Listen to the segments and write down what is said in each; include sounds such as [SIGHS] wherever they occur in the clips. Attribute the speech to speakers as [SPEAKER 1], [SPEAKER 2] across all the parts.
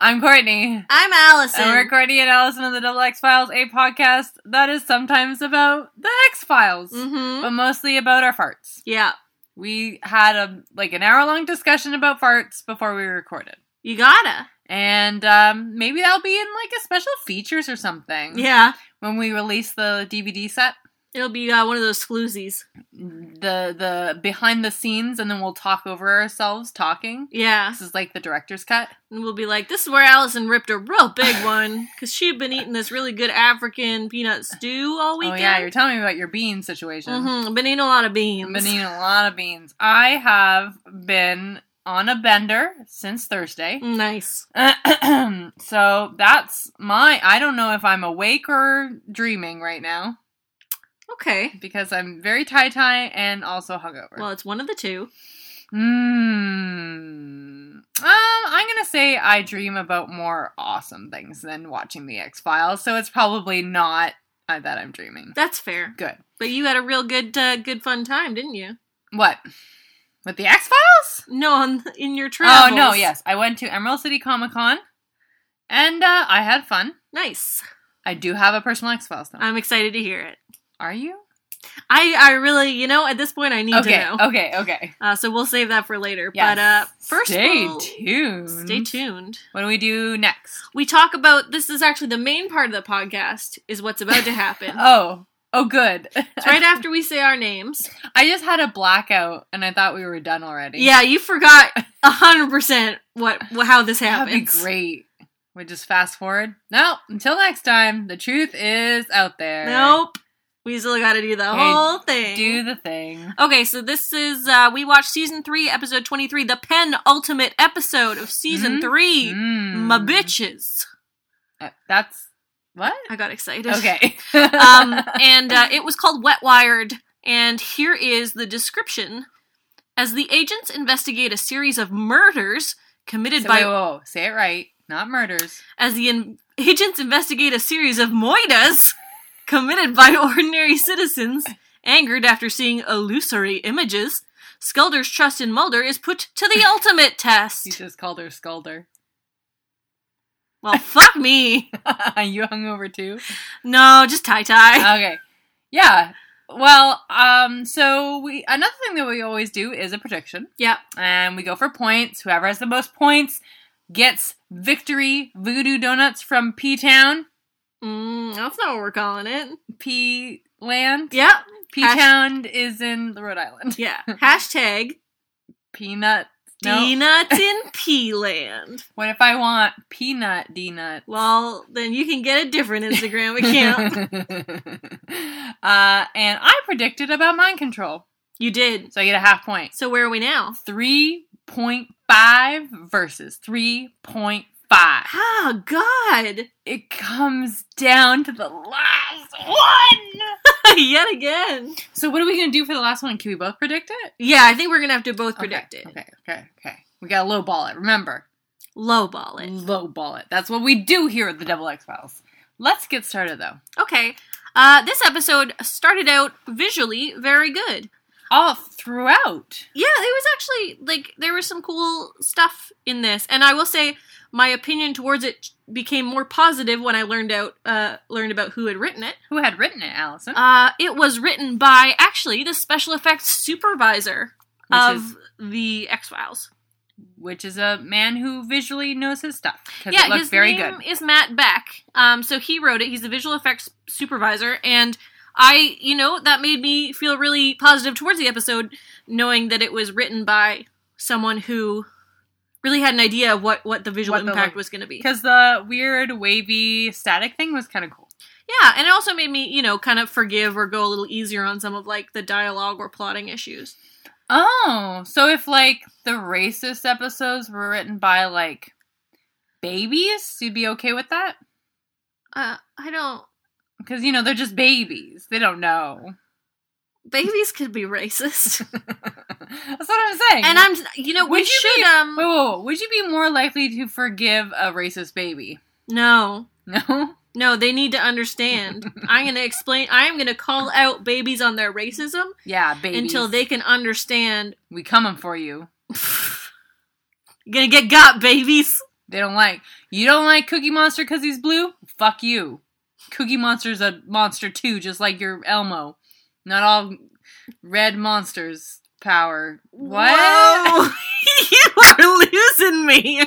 [SPEAKER 1] I'm Courtney.
[SPEAKER 2] I'm Allison.
[SPEAKER 1] And we're Courtney and Allison of the Double X Files, a podcast that is sometimes about the X Files,
[SPEAKER 2] Mhm.
[SPEAKER 1] but mostly about our farts.
[SPEAKER 2] Yeah.
[SPEAKER 1] We had a like an hour long discussion about farts before we recorded,
[SPEAKER 2] You gotta.
[SPEAKER 1] and um, maybe that'll be in like a special features or something.
[SPEAKER 2] Yeah.
[SPEAKER 1] when we release the DVD set,
[SPEAKER 2] It'll be uh, one of those floozies.
[SPEAKER 1] the the behind the scenes, and then we'll talk over ourselves talking.
[SPEAKER 2] Yeah.
[SPEAKER 1] This is like the director's cut.
[SPEAKER 2] And we'll be like, this is where Allison ripped a real big
[SPEAKER 1] [LAUGHS]
[SPEAKER 2] one because she had been eating this really good African peanut stew all
[SPEAKER 1] Oh
[SPEAKER 2] weekend.
[SPEAKER 1] yeah, you're telling me about your bean situation.
[SPEAKER 2] hmm Been eating a lot of beans.
[SPEAKER 1] Been eating a lot of beans. I have been on a bender since Thursday.
[SPEAKER 2] Nice.
[SPEAKER 1] so that's my. I don't know if I'm awake or dreaming right now
[SPEAKER 2] Okay.
[SPEAKER 1] because I'm very tie tie and also hungover.
[SPEAKER 2] Well, it's one of the two.
[SPEAKER 1] Mm. Um, I'm gonna say I dream about more awesome things than watching the X Files, so it's probably not uh, that I'm dreaming.
[SPEAKER 2] That's fair.
[SPEAKER 1] Good.
[SPEAKER 2] But you had a real good, uh, good fun time, didn't you?
[SPEAKER 1] What? With the X Files?
[SPEAKER 2] No, on, in your travels.
[SPEAKER 1] Oh no, yes. I went to Emerald City Comic Con and uh, I had fun.
[SPEAKER 2] Nice.
[SPEAKER 1] I do have a personal X Files though.
[SPEAKER 2] I'm excited to hear it.
[SPEAKER 1] Are you?
[SPEAKER 2] I, I really, you know, at this point, I need
[SPEAKER 1] Okay,
[SPEAKER 2] to know.
[SPEAKER 1] okay, okay.
[SPEAKER 2] Uh, so we'll save that for later.
[SPEAKER 1] Yes.
[SPEAKER 2] But uh, first,
[SPEAKER 1] stay
[SPEAKER 2] we'll-
[SPEAKER 1] tuned.
[SPEAKER 2] Stay tuned.
[SPEAKER 1] What do we do next?
[SPEAKER 2] We talk about this is actually the main part of the podcast is what's about to happen.
[SPEAKER 1] [LAUGHS] Oh, oh, good.
[SPEAKER 2] It's right after we say our names.
[SPEAKER 1] [LAUGHS] I just had a blackout and I thought we were done already.
[SPEAKER 2] Yeah, you forgot hundred percent what wh- how this
[SPEAKER 1] that'd be
[SPEAKER 2] happens.
[SPEAKER 1] great. We just fast forward. No, until next time. The truth is out there.
[SPEAKER 2] Nope. We still got to do the
[SPEAKER 1] Okay,
[SPEAKER 2] whole thing.
[SPEAKER 1] do the thing.
[SPEAKER 2] Okay, so this is uh we watched season three, episode twenty three, the penultimate episode of season
[SPEAKER 1] Mhm.
[SPEAKER 2] three.
[SPEAKER 1] Mm.
[SPEAKER 2] My bitches.
[SPEAKER 1] Uh, That's what.
[SPEAKER 2] I got excited.
[SPEAKER 1] Okay.
[SPEAKER 2] [LAUGHS] um, and uh, it was called Wet Wired. And here is the description: As the agents investigate a series of murders committed
[SPEAKER 1] So
[SPEAKER 2] by,
[SPEAKER 1] wait, whoa, whoa. oh, say it right, not murders.
[SPEAKER 2] as the in- agents investigate a series of moidas committed by [LAUGHS] ordinary citizens, angered after seeing illusory images. Skulder's trust in Mulder is put to the ultimate
[SPEAKER 1] [LAUGHS] You
[SPEAKER 2] test.
[SPEAKER 1] just called her Skulder. [LAUGHS]
[SPEAKER 2] Well, fuck me.
[SPEAKER 1] you hungover too.
[SPEAKER 2] No, just tie tie.
[SPEAKER 1] Okay. Yeah. Well, um, so we another thing that we always do is a prediction,
[SPEAKER 2] Yep.
[SPEAKER 1] and we go for points. Whoever has the most points gets victory. Voodoo donuts from P Town,
[SPEAKER 2] Mm, that's not what we're calling it.
[SPEAKER 1] P Land.
[SPEAKER 2] Yep.
[SPEAKER 1] P Town is in Rhode Island. [LAUGHS]
[SPEAKER 2] Yeah. Hashtag
[SPEAKER 1] Peanut. No.
[SPEAKER 2] Peanuts
[SPEAKER 1] [LAUGHS]
[SPEAKER 2] in Pea Land.
[SPEAKER 1] What if I want peanut D nut?
[SPEAKER 2] Well, then you can get a different Instagram
[SPEAKER 1] [LAUGHS]
[SPEAKER 2] account.
[SPEAKER 1] uh, and I predicted about mind control,
[SPEAKER 2] you did.
[SPEAKER 1] so I get a half point.
[SPEAKER 2] So where are we now?
[SPEAKER 1] 3.5 versus 3.5.
[SPEAKER 2] Ah, God! [LAUGHS]
[SPEAKER 1] It comes down to the last one.
[SPEAKER 2] Yet again.
[SPEAKER 1] So what are we going to do for the last one? Can we both predict it?
[SPEAKER 2] Yeah, I think we're gonna have to both predict
[SPEAKER 1] okay,
[SPEAKER 2] it.
[SPEAKER 1] Okay, okay, okay. We got to lowball it. Remember,
[SPEAKER 2] Lowball it.
[SPEAKER 1] Mm. lowball it. That's what we do here at the Double X Files. Let's get started though.
[SPEAKER 2] Okay. Uh, this episode started out visually very good.
[SPEAKER 1] All throughout.
[SPEAKER 2] Yeah, there was actually like there was some cool stuff in this, and I will say my opinion towards it became more positive when I learned out uh, learned about who had written it.
[SPEAKER 1] Who had written it, Allison?
[SPEAKER 2] Uh, it was written by actually the special effects supervisor
[SPEAKER 1] Which
[SPEAKER 2] of
[SPEAKER 1] is-
[SPEAKER 2] the X Files.
[SPEAKER 1] which is a man who visually knows his stuff because
[SPEAKER 2] Yeah,
[SPEAKER 1] it looks
[SPEAKER 2] his
[SPEAKER 1] very
[SPEAKER 2] name
[SPEAKER 1] good.
[SPEAKER 2] is Matt Beck. Um, so he wrote it. He's the visual effects supervisor, and I, you know, that made me feel really positive towards the episode, knowing that it was written by someone who really had an idea of what what the visual
[SPEAKER 1] What the,
[SPEAKER 2] impact
[SPEAKER 1] like-
[SPEAKER 2] was going to be.
[SPEAKER 1] Because the weird wavy static thing was kind of cool.
[SPEAKER 2] Yeah, and it also made me, you know, kind of forgive or go a little easier on some of like the dialogue or plotting issues.
[SPEAKER 1] Oh, so if like the racist episodes were written by like babies? You'd be okay with that?
[SPEAKER 2] Uh, I don't.
[SPEAKER 1] Because, you know, they're just babies. They don't know. [LAUGHS]
[SPEAKER 2] Babies could be racist,
[SPEAKER 1] That's what I'm saying.
[SPEAKER 2] and I'm. You know, we
[SPEAKER 1] Would you
[SPEAKER 2] should.
[SPEAKER 1] be-
[SPEAKER 2] um.
[SPEAKER 1] Wait, wait, wait. Would you be more likely to forgive a racist baby? [LAUGHS]
[SPEAKER 2] No,
[SPEAKER 1] No?
[SPEAKER 2] no, they need to
[SPEAKER 1] [LAUGHS]
[SPEAKER 2] understand. I'm gonna explain. I am gonna call out babies on their racism
[SPEAKER 1] Yeah, babies.
[SPEAKER 2] until they can understand.
[SPEAKER 1] We coming for you.
[SPEAKER 2] Gonna get got, babies.
[SPEAKER 1] They don't like. You don't like Cookie Monster because he's blue? Fuck you. Cookie Monster's a monster too, just like your Elmo. Not all red monsters power. What?
[SPEAKER 2] Whoa. [LAUGHS] you are losing me.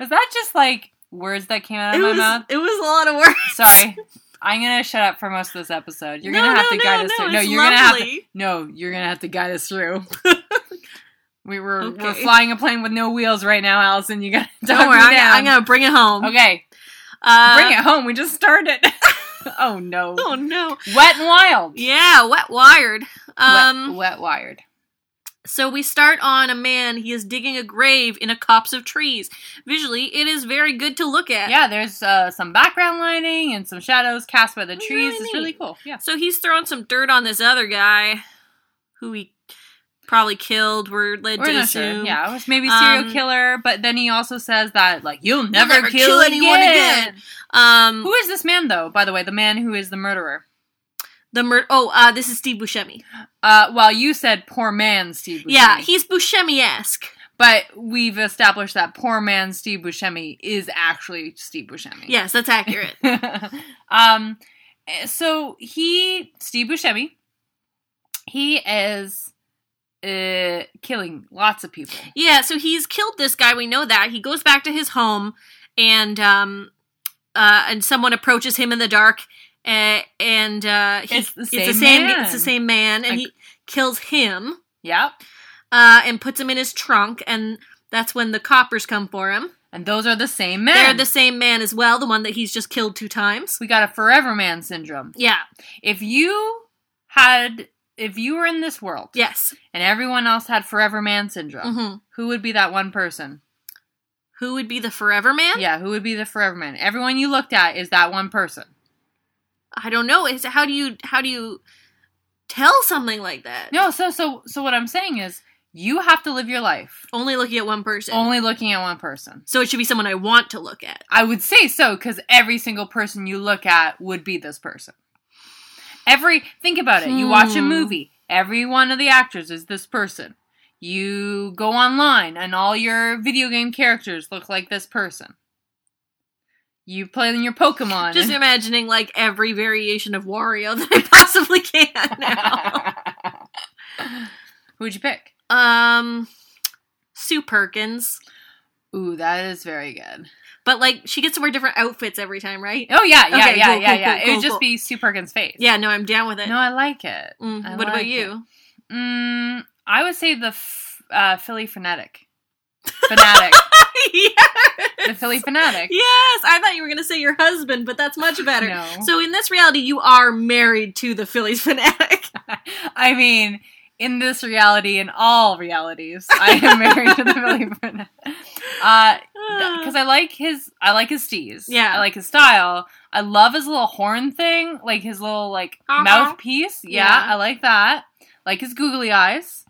[SPEAKER 1] Was that just like words that came out of
[SPEAKER 2] It
[SPEAKER 1] my
[SPEAKER 2] was, [LAUGHS]
[SPEAKER 1] mouth?
[SPEAKER 2] it was a lot of work.
[SPEAKER 1] Sorry. I'm gonna shut up for most of this episode. You're
[SPEAKER 2] No,
[SPEAKER 1] gonna have
[SPEAKER 2] no,
[SPEAKER 1] to guide
[SPEAKER 2] no,
[SPEAKER 1] us
[SPEAKER 2] no,
[SPEAKER 1] through. No,
[SPEAKER 2] it's
[SPEAKER 1] you're gonna have to,
[SPEAKER 2] lovely.
[SPEAKER 1] No, you're gonna have to guide us through. [LAUGHS] we were we're
[SPEAKER 2] Okay.
[SPEAKER 1] flying a plane with no wheels right now, Allison. You gotta
[SPEAKER 2] Don't
[SPEAKER 1] talk
[SPEAKER 2] worry,
[SPEAKER 1] me
[SPEAKER 2] I'm,
[SPEAKER 1] down.
[SPEAKER 2] I'm gonna bring it home.
[SPEAKER 1] Okay.
[SPEAKER 2] Uh,
[SPEAKER 1] Bring it home. We just [LAUGHS] started. oh no.
[SPEAKER 2] Oh no.
[SPEAKER 1] Wet and wild.
[SPEAKER 2] Yeah, wet wired. Um,
[SPEAKER 1] wet, wet wired.
[SPEAKER 2] So we start on a man. He is digging a grave in a copse of trees. Visually, it is very good to look at.
[SPEAKER 1] Yeah, there's uh, some background lighting and some shadows cast by the
[SPEAKER 2] It's
[SPEAKER 1] trees.
[SPEAKER 2] really
[SPEAKER 1] it's Oh, really
[SPEAKER 2] neat.
[SPEAKER 1] cool. Yeah.
[SPEAKER 2] So he's throwing some dirt on this other guy, who he probably killed. We're led
[SPEAKER 1] We're
[SPEAKER 2] to
[SPEAKER 1] not sure.
[SPEAKER 2] assume.
[SPEAKER 1] Yeah, it was maybe serial
[SPEAKER 2] Um,
[SPEAKER 1] killer, but then he also says that like you'll never,
[SPEAKER 2] never
[SPEAKER 1] kill,
[SPEAKER 2] kill
[SPEAKER 1] anyone
[SPEAKER 2] anyone
[SPEAKER 1] again.
[SPEAKER 2] Um.
[SPEAKER 1] Who is this man though? By the way, the man who is the murderer.
[SPEAKER 2] the mur- Oh, uh, this is Steve Buscemi.
[SPEAKER 1] Uh, well, you said poor man Steve. Buscemi,
[SPEAKER 2] Yeah, he's Buscemi-esque.
[SPEAKER 1] but we've established that poor man Steve Buscemi is actually Steve Buscemi.
[SPEAKER 2] Yes, that's accurate.
[SPEAKER 1] [LAUGHS] um, eh, so he, Steve Buscemi, he is uh, killing lots of people.
[SPEAKER 2] Yeah, so he's killed this guy. We know that. He goes back to his home, and um, uh, and someone approaches him in the dark, uh, and uh, he,
[SPEAKER 1] It's the same man.
[SPEAKER 2] It's the same man, and
[SPEAKER 1] Like-
[SPEAKER 2] he kills him
[SPEAKER 1] Yep.
[SPEAKER 2] uh, and puts him in his trunk, and that's when the coppers come for him.
[SPEAKER 1] And those are the same men.
[SPEAKER 2] They're the same man as well, the one that he's just killed two times.
[SPEAKER 1] we got a forever man syndrome.
[SPEAKER 2] Yeah.
[SPEAKER 1] If you had, if you were in this world,
[SPEAKER 2] Yes.
[SPEAKER 1] and everyone else had forever man syndrome,
[SPEAKER 2] hmm
[SPEAKER 1] who would be that one person?
[SPEAKER 2] Who would be the forever man?
[SPEAKER 1] Yeah, who would be the forever man? Everyone you looked at is that one person.
[SPEAKER 2] I don't know. Is how do you how do you tell something like that?
[SPEAKER 1] No, so so so what I'm saying is you have to live your life
[SPEAKER 2] Only looking at one person.
[SPEAKER 1] only looking at one person.
[SPEAKER 2] So it should be someone I want to look at.
[SPEAKER 1] I would say so because every single person you look at would be this person. Every think about it. You watch a
[SPEAKER 2] Hmm.
[SPEAKER 1] movie. Every one of the actors is this person. You go online and all your video game characters look like this person. You play in your Pokemon.
[SPEAKER 2] Just [LAUGHS]
[SPEAKER 1] and-
[SPEAKER 2] imagining like every variation of Wario [LAUGHS] that I possibly can
[SPEAKER 1] [LAUGHS]
[SPEAKER 2] now.
[SPEAKER 1] [LAUGHS] Who'd you pick?
[SPEAKER 2] um, Sue Perkins,
[SPEAKER 1] Ooh, that is very good.
[SPEAKER 2] but like she gets to wear different outfits every time, right?
[SPEAKER 1] Oh yeah, yeah,
[SPEAKER 2] Okay,
[SPEAKER 1] yeah,
[SPEAKER 2] cool,
[SPEAKER 1] yeah,
[SPEAKER 2] cool,
[SPEAKER 1] yeah.
[SPEAKER 2] cool,
[SPEAKER 1] it would
[SPEAKER 2] cool,
[SPEAKER 1] just
[SPEAKER 2] cool.
[SPEAKER 1] be Sue Perkins' face.
[SPEAKER 2] Yeah, no, I'm down with it.
[SPEAKER 1] No, I like it.
[SPEAKER 2] Mm,
[SPEAKER 1] I
[SPEAKER 2] what
[SPEAKER 1] like
[SPEAKER 2] about
[SPEAKER 1] it.
[SPEAKER 2] you?
[SPEAKER 1] Mm, I would say the f- uh, Philly fanatic. Fanatic.
[SPEAKER 2] [LAUGHS]
[SPEAKER 1] the
[SPEAKER 2] yes. [LAUGHS]
[SPEAKER 1] Philly fanatic.
[SPEAKER 2] yes, I thought you were gonna say your husband, but that's
[SPEAKER 1] [LAUGHS]
[SPEAKER 2] much better.
[SPEAKER 1] No.
[SPEAKER 2] So in this reality, you are married to the Phillies [LAUGHS] fanatic.
[SPEAKER 1] I mean, in this reality, in all realities, I am married to the
[SPEAKER 2] [LAUGHS]
[SPEAKER 1] Philly fanatic.
[SPEAKER 2] [SIGHS]
[SPEAKER 1] Uh, because I like his, I like his steez.
[SPEAKER 2] Yeah.
[SPEAKER 1] I like his style. I love his little horn thing, like his little like
[SPEAKER 2] Uh-huh.
[SPEAKER 1] mouthpiece. Yeah,
[SPEAKER 2] Yeah.
[SPEAKER 1] I like that. Like his googly eyes.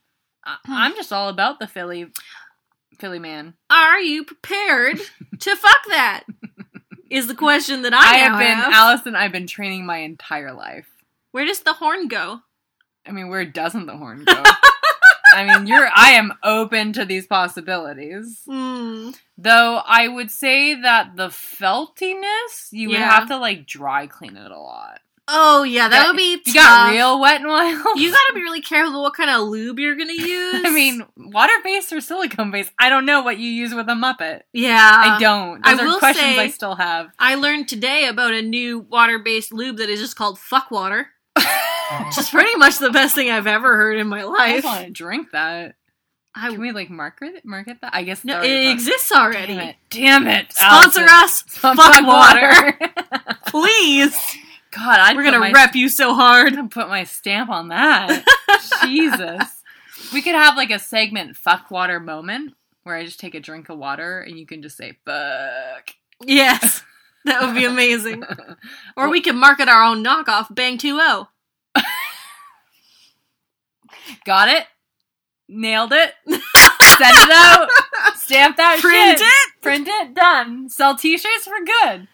[SPEAKER 1] I-
[SPEAKER 2] Hmm.
[SPEAKER 1] I'm just all about the Philly, Philly man.
[SPEAKER 2] Are you prepared to fuck
[SPEAKER 1] [LAUGHS]
[SPEAKER 2] that? Is the question that I,
[SPEAKER 1] I have
[SPEAKER 2] now
[SPEAKER 1] been,
[SPEAKER 2] have.
[SPEAKER 1] Allison. I've been training my entire life.
[SPEAKER 2] Where does the horn go?
[SPEAKER 1] I mean, where doesn't the horn go? I mean, you're. I am open to these possibilities.
[SPEAKER 2] Hmm.
[SPEAKER 1] Though I would say that the feltiness, you would
[SPEAKER 2] Yeah.
[SPEAKER 1] have to like dry clean it a lot.
[SPEAKER 2] Oh yeah, that
[SPEAKER 1] Yeah,
[SPEAKER 2] would be.
[SPEAKER 1] You
[SPEAKER 2] tough.
[SPEAKER 1] got real wet and wild.
[SPEAKER 2] [LAUGHS] You gotta be really careful what kind of lube you're gonna use.
[SPEAKER 1] [LAUGHS] I mean, water based or silicone based? I don't know what you use with a Muppet.
[SPEAKER 2] yeah,
[SPEAKER 1] I don't.
[SPEAKER 2] Uh, I
[SPEAKER 1] Those
[SPEAKER 2] will
[SPEAKER 1] are questions
[SPEAKER 2] say-
[SPEAKER 1] I still have.
[SPEAKER 2] I learned today about a new water-based lube that is just called
[SPEAKER 1] [LAUGHS]
[SPEAKER 2] fuck water. Which is pretty much the best thing I've ever heard in my
[SPEAKER 1] I
[SPEAKER 2] life.
[SPEAKER 1] just want to drink that.
[SPEAKER 2] I
[SPEAKER 1] Can we like market market that? I guess
[SPEAKER 2] no,
[SPEAKER 1] it's already
[SPEAKER 2] it
[SPEAKER 1] done.
[SPEAKER 2] exists
[SPEAKER 1] Damn it!
[SPEAKER 2] already.
[SPEAKER 1] Damn it!
[SPEAKER 2] Sponsor
[SPEAKER 1] Allison.
[SPEAKER 2] us,
[SPEAKER 1] [LAUGHS]
[SPEAKER 2] fuck water, please.
[SPEAKER 1] God, I'd
[SPEAKER 2] We're
[SPEAKER 1] put
[SPEAKER 2] gonna
[SPEAKER 1] my,
[SPEAKER 2] rep you so
[SPEAKER 1] [LAUGHS]
[SPEAKER 2] hard.
[SPEAKER 1] I'm gonna put my stamp on that. Jesus, we could have like a segment "fuck water" moment where I just take a drink of water and you can just say fuck.
[SPEAKER 2] Yes. That would
[SPEAKER 1] [LAUGHS]
[SPEAKER 2] be amazing. Or
[SPEAKER 1] Well-
[SPEAKER 2] we could market our own knockoff, Bang oh. 2O.
[SPEAKER 1] Got it? Nailed
[SPEAKER 2] [LAUGHS]
[SPEAKER 1] it? Send it out. Stamp that
[SPEAKER 2] Print
[SPEAKER 1] shit.
[SPEAKER 2] it?
[SPEAKER 1] Print it. Done. Sell t-shirts for good.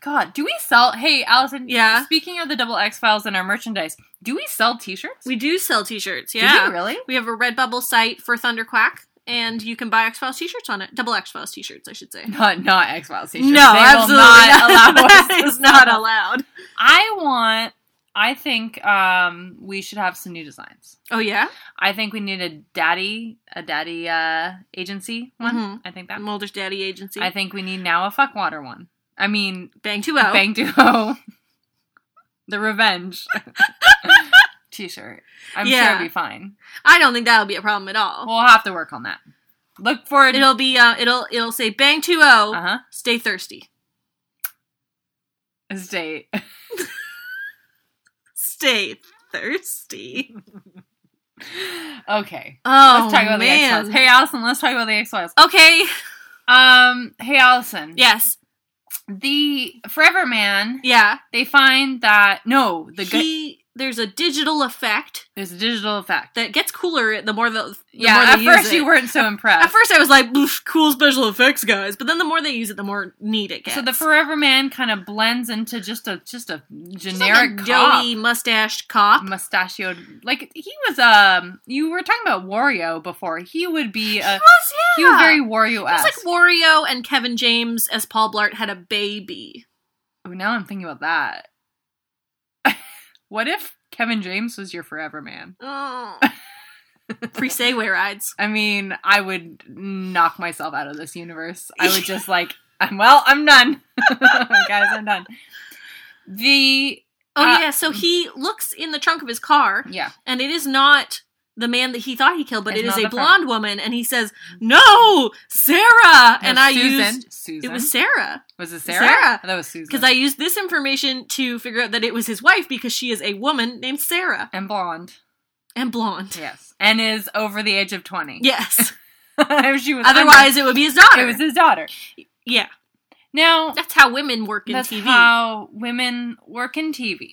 [SPEAKER 1] God, do we sell Hey, Allison,
[SPEAKER 2] Yeah.
[SPEAKER 1] speaking of the double X files and our merchandise, do we sell t-shirts?
[SPEAKER 2] We do sell t shirts,
[SPEAKER 1] Do
[SPEAKER 2] yeah.
[SPEAKER 1] we really?
[SPEAKER 2] We have a Redbubble site for Thunderquack, and you can buy X Files t shirts on it. Double X Files t shirts, I should say.
[SPEAKER 1] Not not X Files t-shirts.
[SPEAKER 2] No,
[SPEAKER 1] They will
[SPEAKER 2] absolutely
[SPEAKER 1] not [LAUGHS]
[SPEAKER 2] not. [LAUGHS]
[SPEAKER 1] allow us
[SPEAKER 2] that
[SPEAKER 1] to
[SPEAKER 2] is not
[SPEAKER 1] sell.
[SPEAKER 2] allowed.
[SPEAKER 1] I want I think um we should have some new designs.
[SPEAKER 2] Oh yeah,
[SPEAKER 1] I think we need a daddy a daddy uh agency one.
[SPEAKER 2] Mhm.
[SPEAKER 1] I think that
[SPEAKER 2] Mulder's Daddy Agency.
[SPEAKER 1] I think we need now a fuck water one. I mean
[SPEAKER 2] Bang two oh. O.
[SPEAKER 1] Bang Duo. [LAUGHS] the
[SPEAKER 2] [LAUGHS]
[SPEAKER 1] revenge t shirt. I'm sure
[SPEAKER 2] Yeah.
[SPEAKER 1] it'll be fine.
[SPEAKER 2] I don't think that'll be a problem at all.
[SPEAKER 1] We'll have to work on that. Look forward
[SPEAKER 2] it'll be uh, it'll it'll say Bang two O.
[SPEAKER 1] uh-huh.
[SPEAKER 2] Stay thirsty.
[SPEAKER 1] Stay
[SPEAKER 2] Stay thirsty.
[SPEAKER 1] [LAUGHS] Okay.
[SPEAKER 2] [LAUGHS] Oh
[SPEAKER 1] Let's talk about the X
[SPEAKER 2] man. Oh.
[SPEAKER 1] Files. Hey Allison, let's talk about the X Files.
[SPEAKER 2] okay.
[SPEAKER 1] Um, hey Allison.
[SPEAKER 2] Yes.
[SPEAKER 1] The Forever Man
[SPEAKER 2] Yeah.
[SPEAKER 1] they find that no, the good
[SPEAKER 2] he there's a digital effect
[SPEAKER 1] there's a digital effect.
[SPEAKER 2] that gets cooler the more the, the
[SPEAKER 1] yeah,
[SPEAKER 2] more they
[SPEAKER 1] at
[SPEAKER 2] use
[SPEAKER 1] first
[SPEAKER 2] it.
[SPEAKER 1] you weren't so impressed.
[SPEAKER 2] At first, I was like, "Oof, "Cool special effects, guys," but then the more they use it, the more neat it gets.
[SPEAKER 1] so the Forever Man kind of blends into just a just a
[SPEAKER 2] Just
[SPEAKER 1] generic
[SPEAKER 2] like a
[SPEAKER 1] cop,
[SPEAKER 2] doughy mustached cop.
[SPEAKER 1] mustachioed. Like he was um, you were talking about Wario before. He would be
[SPEAKER 2] [LAUGHS]
[SPEAKER 1] a
[SPEAKER 2] was, yeah.
[SPEAKER 1] uh, he was very Wario
[SPEAKER 2] It was
[SPEAKER 1] esque.
[SPEAKER 2] like Wario and Kevin James as Paul Blart had
[SPEAKER 1] [LAUGHS]
[SPEAKER 2] a baby.
[SPEAKER 1] oh, now I'm thinking about that. [LAUGHS] what if Kevin James was your Forever Man?
[SPEAKER 2] Free Segway rides.
[SPEAKER 1] I mean, I would knock myself out of this universe. I would
[SPEAKER 2] [LAUGHS]
[SPEAKER 1] just like, I'm well, I'm done, [LAUGHS] guys. I'm done. The
[SPEAKER 2] Oh
[SPEAKER 1] Uh,
[SPEAKER 2] yeah, so he looks in the trunk of his car,
[SPEAKER 1] yeah,
[SPEAKER 2] and it is not the man that he thought he killed, but
[SPEAKER 1] It's
[SPEAKER 2] it is
[SPEAKER 1] not
[SPEAKER 2] a
[SPEAKER 1] the
[SPEAKER 2] blonde woman, and he says, "No, Sarah," and
[SPEAKER 1] No,
[SPEAKER 2] I
[SPEAKER 1] Susan,
[SPEAKER 2] used
[SPEAKER 1] Susan.
[SPEAKER 2] it was Sarah
[SPEAKER 1] Was it Sarah?
[SPEAKER 2] Sarah.
[SPEAKER 1] That was Susan.
[SPEAKER 2] because I used this information to figure out that it was his wife because she is a woman named Sarah
[SPEAKER 1] and blonde.
[SPEAKER 2] and
[SPEAKER 1] [LAUGHS]
[SPEAKER 2] blonde.
[SPEAKER 1] Yes, and is over the age of twenty.
[SPEAKER 2] Yes,
[SPEAKER 1] If [LAUGHS] she was
[SPEAKER 2] otherwise it would be his
[SPEAKER 1] under,
[SPEAKER 2] daughter.
[SPEAKER 1] it was his daughter.
[SPEAKER 2] yeah,
[SPEAKER 1] Now
[SPEAKER 2] that's how women work in
[SPEAKER 1] that's
[SPEAKER 2] TV.
[SPEAKER 1] how women work in TV.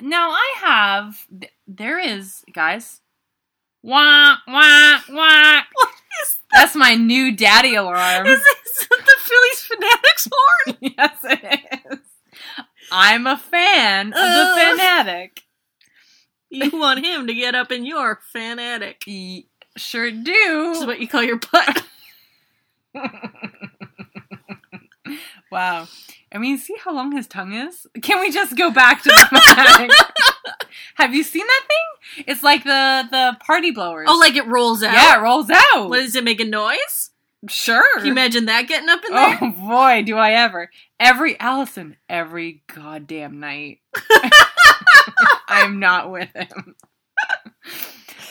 [SPEAKER 1] Now I have th- there is guys. Wah wah wah.
[SPEAKER 2] What is
[SPEAKER 1] That's my new daddy alarm.
[SPEAKER 2] [LAUGHS] Is this the Phillies fanatics
[SPEAKER 1] [LAUGHS]
[SPEAKER 2] horn?
[SPEAKER 1] yes, it is. I'm a fan of the
[SPEAKER 2] Ugh.
[SPEAKER 1] fanatic.
[SPEAKER 2] You want him to get up in your fanatic.
[SPEAKER 1] Ye- Sure
[SPEAKER 2] Which is
[SPEAKER 1] do.
[SPEAKER 2] what you call your
[SPEAKER 1] [LAUGHS]
[SPEAKER 2] butt.
[SPEAKER 1] Wow. I mean, see how long his tongue is? Can we just go back to the
[SPEAKER 2] [LAUGHS]
[SPEAKER 1] fanatic? Have you seen that thing? It's like the the party blowers.
[SPEAKER 2] Oh, like it rolls out.
[SPEAKER 1] yeah, it rolls out.
[SPEAKER 2] What does it make a noise?
[SPEAKER 1] sure.
[SPEAKER 2] Can you imagine that getting up in there?
[SPEAKER 1] oh [LAUGHS] boy, do I ever. Every Allison, every goddamn
[SPEAKER 2] [LAUGHS]
[SPEAKER 1] night. I'm not with him.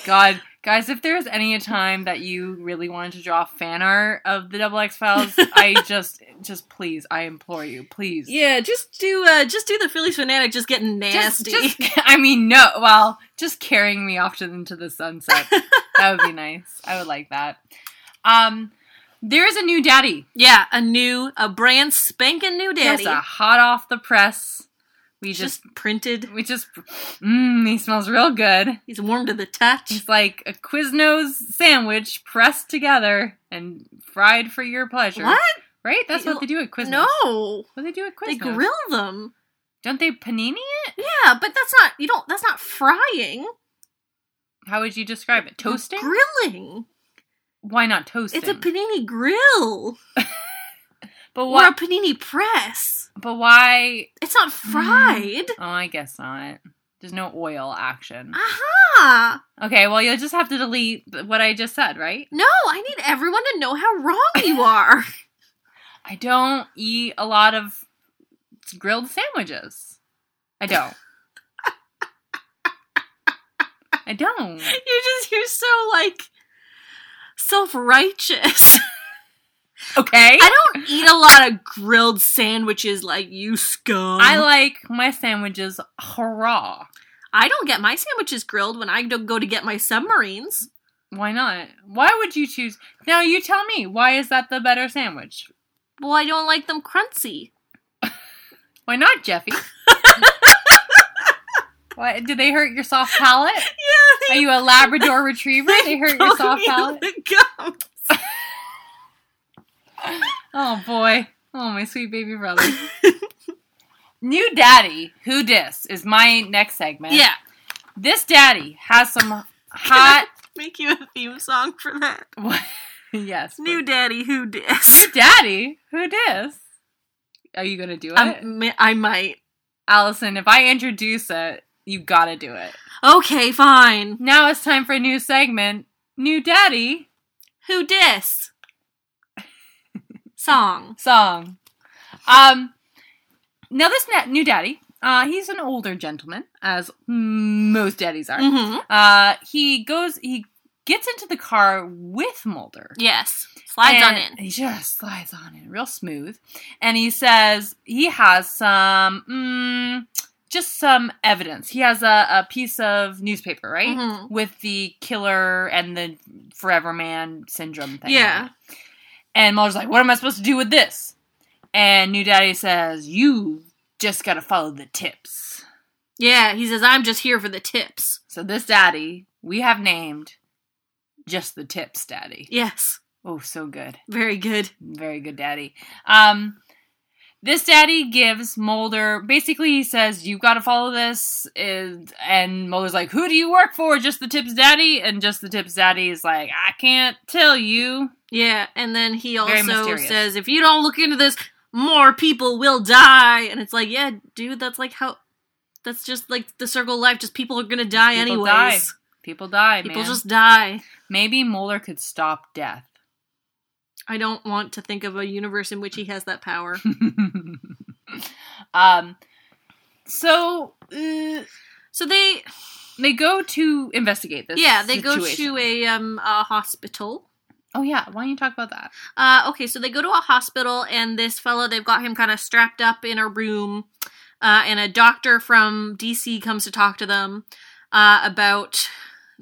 [SPEAKER 1] God, guys, if there's any time that you really wanted to draw fan art of the Double X
[SPEAKER 2] [LAUGHS]
[SPEAKER 1] Files, I just, just please, I implore you, please.
[SPEAKER 2] Yeah, just do uh just do the Phillies fanatic just getting
[SPEAKER 1] Just-
[SPEAKER 2] nasty.
[SPEAKER 1] Just, I mean, no. Well, just carrying me off to into the sunset. that
[SPEAKER 2] [LAUGHS]
[SPEAKER 1] would be nice. I would like that. Um, there is a new daddy.
[SPEAKER 2] [LAUGHS] yeah, a new a brand spanking new daddy.
[SPEAKER 1] Yes, uh, a hot off the press. We just,
[SPEAKER 2] just, printed.
[SPEAKER 1] we just, mmm, he smells real good.
[SPEAKER 2] He's warm to the touch.
[SPEAKER 1] He's like a Quiznos sandwich pressed together and fried for your pleasure.
[SPEAKER 2] What?
[SPEAKER 1] Right? That's what they do at Quiznos.
[SPEAKER 2] No.
[SPEAKER 1] What they do at Quiznos?
[SPEAKER 2] They grill them.
[SPEAKER 1] Don't they panini it?
[SPEAKER 2] Yeah, but that's not you don't that's not frying.
[SPEAKER 1] How would you describe it? Toasting?
[SPEAKER 2] Grilling.
[SPEAKER 1] Why not toasting?
[SPEAKER 2] It's a panini grill.
[SPEAKER 1] but
[SPEAKER 2] Or a
[SPEAKER 1] what?
[SPEAKER 2] panini press.
[SPEAKER 1] But why?
[SPEAKER 2] It's not fried.
[SPEAKER 1] Oh, I guess not. There's no oil action.
[SPEAKER 2] Aha!
[SPEAKER 1] Okay, well, you'll just have to delete what I just said, right?
[SPEAKER 2] No, I need everyone to know how wrong you are.
[SPEAKER 1] I don't eat a lot of grilled sandwiches. I
[SPEAKER 2] [LAUGHS]
[SPEAKER 1] don't. I don't.
[SPEAKER 2] you're just you're so like self-righteous.
[SPEAKER 1] Okay.
[SPEAKER 2] I don't eat a lot of grilled sandwiches like you scum.
[SPEAKER 1] I like my sandwiches raw.
[SPEAKER 2] I don't get my sandwiches grilled when I don't go to get my submarines.
[SPEAKER 1] Why not? Why would you choose? Now you tell me. Why is that the better sandwich?
[SPEAKER 2] Well, I don't like them crunchy.
[SPEAKER 1] Why not,
[SPEAKER 2] [LAUGHS]
[SPEAKER 1] Jeffy? Why did they hurt your soft palate?
[SPEAKER 2] Yeah,
[SPEAKER 1] Are
[SPEAKER 2] [LAUGHS]
[SPEAKER 1] you a Labrador Retriever? They hurt your soft palate. Oh boy. Oh my sweet baby
[SPEAKER 2] [LAUGHS]
[SPEAKER 1] brother. New daddy, who dis is my next segment.
[SPEAKER 2] Yeah,
[SPEAKER 1] This daddy has some hot
[SPEAKER 2] make you a theme song for that.
[SPEAKER 1] [LAUGHS] yes. but-
[SPEAKER 2] New daddy who dis?
[SPEAKER 1] New daddy, who dis? Are you gonna do it?
[SPEAKER 2] I, I might.
[SPEAKER 1] Allison, if I introduce it, you gotta do it.
[SPEAKER 2] Okay, fine.
[SPEAKER 1] Now it's time for a new segment. New daddy [LAUGHS]
[SPEAKER 2] Who dis? Song.
[SPEAKER 1] song. Um now this na- new daddy, uh, he's an older gentleman, as most daddies are.
[SPEAKER 2] Mm-hmm.
[SPEAKER 1] Uh, he goes. He gets into the car with Mulder.
[SPEAKER 2] Yes. Slides on
[SPEAKER 1] And
[SPEAKER 2] in.
[SPEAKER 1] He just slides on in, real smooth. And he says he has some, mm, just some evidence. He has a, a piece of newspaper, right,
[SPEAKER 2] Mhm.
[SPEAKER 1] with the killer and the Forever Man syndrome thing.
[SPEAKER 2] Yeah.
[SPEAKER 1] on it. And Mulder's like, "What am I supposed to do with this?" And New Daddy says, "You just gotta follow the tips."
[SPEAKER 2] Yeah, he says, I'm just here for the tips.
[SPEAKER 1] So this daddy we have named just the tips daddy.
[SPEAKER 2] Yes.
[SPEAKER 1] Oh, so good.
[SPEAKER 2] Very good.
[SPEAKER 1] Very good daddy. Um this daddy gives Mulder basically he says you've got to follow this is and Mulder's like who do you work for just the tips daddy and just the tips daddy is like I can't tell you.
[SPEAKER 2] Yeah, and then he
[SPEAKER 1] Very
[SPEAKER 2] also
[SPEAKER 1] mysterious.
[SPEAKER 2] says, if you don't look into this, more people will die. And it's like, yeah, dude, that's like how. That's just like the circle of life. Just people are gonna die
[SPEAKER 1] People
[SPEAKER 2] anyways.
[SPEAKER 1] die, People die,
[SPEAKER 2] People
[SPEAKER 1] man.
[SPEAKER 2] just die.
[SPEAKER 1] Maybe Mulder could stop death.
[SPEAKER 2] I don't want to think of a universe in which he has that power.
[SPEAKER 1] [LAUGHS] um so uh,
[SPEAKER 2] so they,
[SPEAKER 1] they go to investigate this.
[SPEAKER 2] yeah, they
[SPEAKER 1] situation.
[SPEAKER 2] go to a um a hospital.
[SPEAKER 1] Oh yeah, why don't you talk about that?
[SPEAKER 2] Uh, okay, so they go to a hospital, and this fellow, they've got him kind of strapped up in a room, uh, and a doctor from DC comes to talk to them uh, about.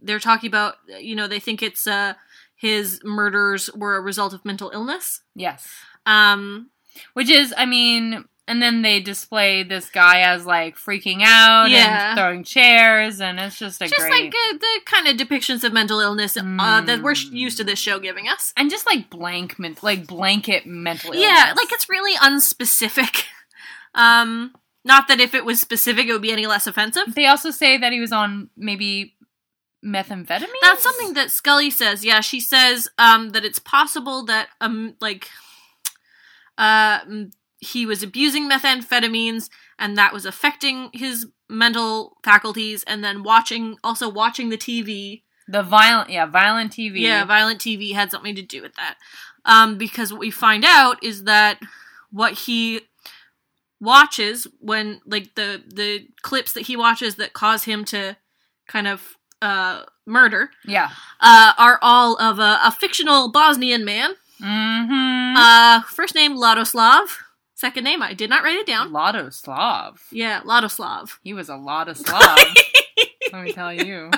[SPEAKER 2] They're talking about, you know, they think it's uh, his murders were a result of mental illness.
[SPEAKER 1] Yes.
[SPEAKER 2] Um,
[SPEAKER 1] Which is, I mean, and then they display this guy as like freaking out
[SPEAKER 2] Yeah.
[SPEAKER 1] and throwing chairs, and it's just a
[SPEAKER 2] just
[SPEAKER 1] great
[SPEAKER 2] like uh, the kind of depictions of mental illness uh, that we're sh- used to this show giving us.
[SPEAKER 1] and just like blank, men- like blanket mental.
[SPEAKER 2] Yeah,
[SPEAKER 1] illness.
[SPEAKER 2] like it's really unspecific. [LAUGHS] um, not that if it was specific, it would be any less offensive.
[SPEAKER 1] They also say that he was on maybe methamphetamine.
[SPEAKER 2] That's something that Scully says. Yeah, she says um, that it's possible that um, like, uh, mm, he was abusing methamphetamines, and that was affecting his mental faculties. And then watching, also watching the TV.
[SPEAKER 1] the violent, yeah, violent TV.
[SPEAKER 2] Yeah, violent TV had something to do with that. Um, because what we find out is that what he watches when like the the clips that he watches that cause him to kind of uh murder
[SPEAKER 1] yeah.
[SPEAKER 2] uh, are all of a, a fictional Bosnian man.
[SPEAKER 1] Mm-hmm.
[SPEAKER 2] Uh, first name Ladoslav. Second name I did not write it down.
[SPEAKER 1] Lotto Slav.
[SPEAKER 2] Yeah, Ladoslav.
[SPEAKER 1] He was a lot of slob. let me tell you.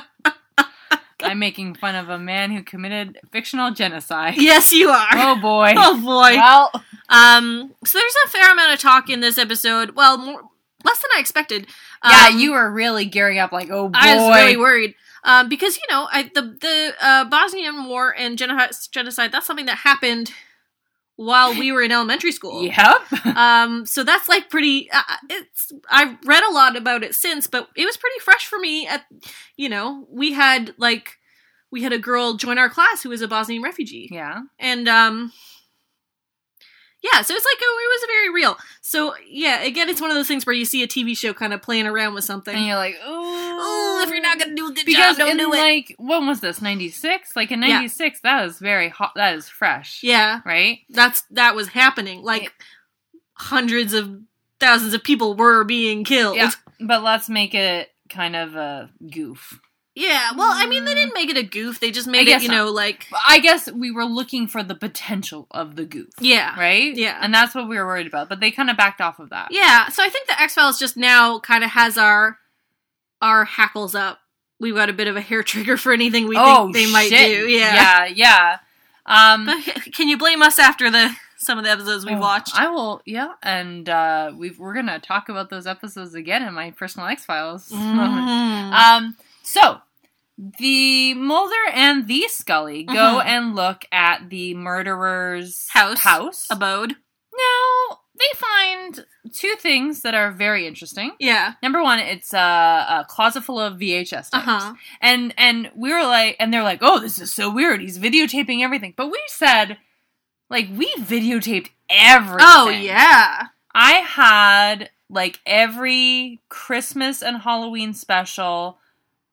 [SPEAKER 1] I'm making fun of a man who committed fictional genocide.
[SPEAKER 2] Yes, you are.
[SPEAKER 1] Oh boy.
[SPEAKER 2] [LAUGHS] Oh, boy.
[SPEAKER 1] Well,
[SPEAKER 2] Um, so there's a fair amount of talk in this episode. Well, more, less than I expected. Um,
[SPEAKER 1] yeah, you were really gearing up, like, oh boy.
[SPEAKER 2] I was really worried. Um, because you know, I, the the uh, Bosnian War and geno- genocide. That's something that happened while we were in elementary school. [LAUGHS]
[SPEAKER 1] Yep.
[SPEAKER 2] um so that's like pretty uh, it's i've read a lot about it since but it was pretty fresh for me at you know we had like we had a girl join our class who was a bosnian refugee
[SPEAKER 1] Yeah.
[SPEAKER 2] and um yeah so it's like oh, it was very real so yeah again it's one of those things where you see a tv show kind of playing around with something
[SPEAKER 1] And you're like, oh.
[SPEAKER 2] oh if you're not gonna do the
[SPEAKER 1] because
[SPEAKER 2] job don't
[SPEAKER 1] in
[SPEAKER 2] do it
[SPEAKER 1] like when was this? Ninety six? Like in
[SPEAKER 2] Yeah.
[SPEAKER 1] ninety six, that is very hot that is fresh.
[SPEAKER 2] yeah
[SPEAKER 1] Right?
[SPEAKER 2] that's that was happening like
[SPEAKER 1] Yeah.
[SPEAKER 2] hundreds of thousands of people were being killed
[SPEAKER 1] Yeah. But let's make it kind of a goof.
[SPEAKER 2] Yeah, well, I mean, they didn't make it a goof. They just made it,
[SPEAKER 1] Mm. guess
[SPEAKER 2] you
[SPEAKER 1] not.
[SPEAKER 2] know, like
[SPEAKER 1] I guess we were looking for the potential of the goof.
[SPEAKER 2] yeah,
[SPEAKER 1] Right?
[SPEAKER 2] Yeah.
[SPEAKER 1] And that's what we were worried about. But they kinda backed off of that.
[SPEAKER 2] yeah. So I think the X Files just now kind of has our our hackles up we've got a bit of a hair trigger for anything we
[SPEAKER 1] oh,
[SPEAKER 2] think they might
[SPEAKER 1] shit.
[SPEAKER 2] do. Yeah.
[SPEAKER 1] yeah, yeah. Um,
[SPEAKER 2] But [LAUGHS] can you blame us after the some of the episodes we've
[SPEAKER 1] Oh,
[SPEAKER 2] watched?
[SPEAKER 1] I will, yeah, and uh, we've, we're gonna talk about those episodes again in my personal X Files.
[SPEAKER 2] Mm.
[SPEAKER 1] Um, so the Mulder and the Scully go
[SPEAKER 2] Mhm.
[SPEAKER 1] and look at the murderer's
[SPEAKER 2] House.
[SPEAKER 1] House.
[SPEAKER 2] Abode.
[SPEAKER 1] Now they find two things that are very interesting.
[SPEAKER 2] Yeah.
[SPEAKER 1] Number one, it's a, a closet full of VHS tapes,
[SPEAKER 2] Uh huh.
[SPEAKER 1] and and we were like, and they're like, oh, this is so weird. He's videotaping everything, but we said, like, we videotaped everything.
[SPEAKER 2] Oh yeah.
[SPEAKER 1] I had like every Christmas and Halloween special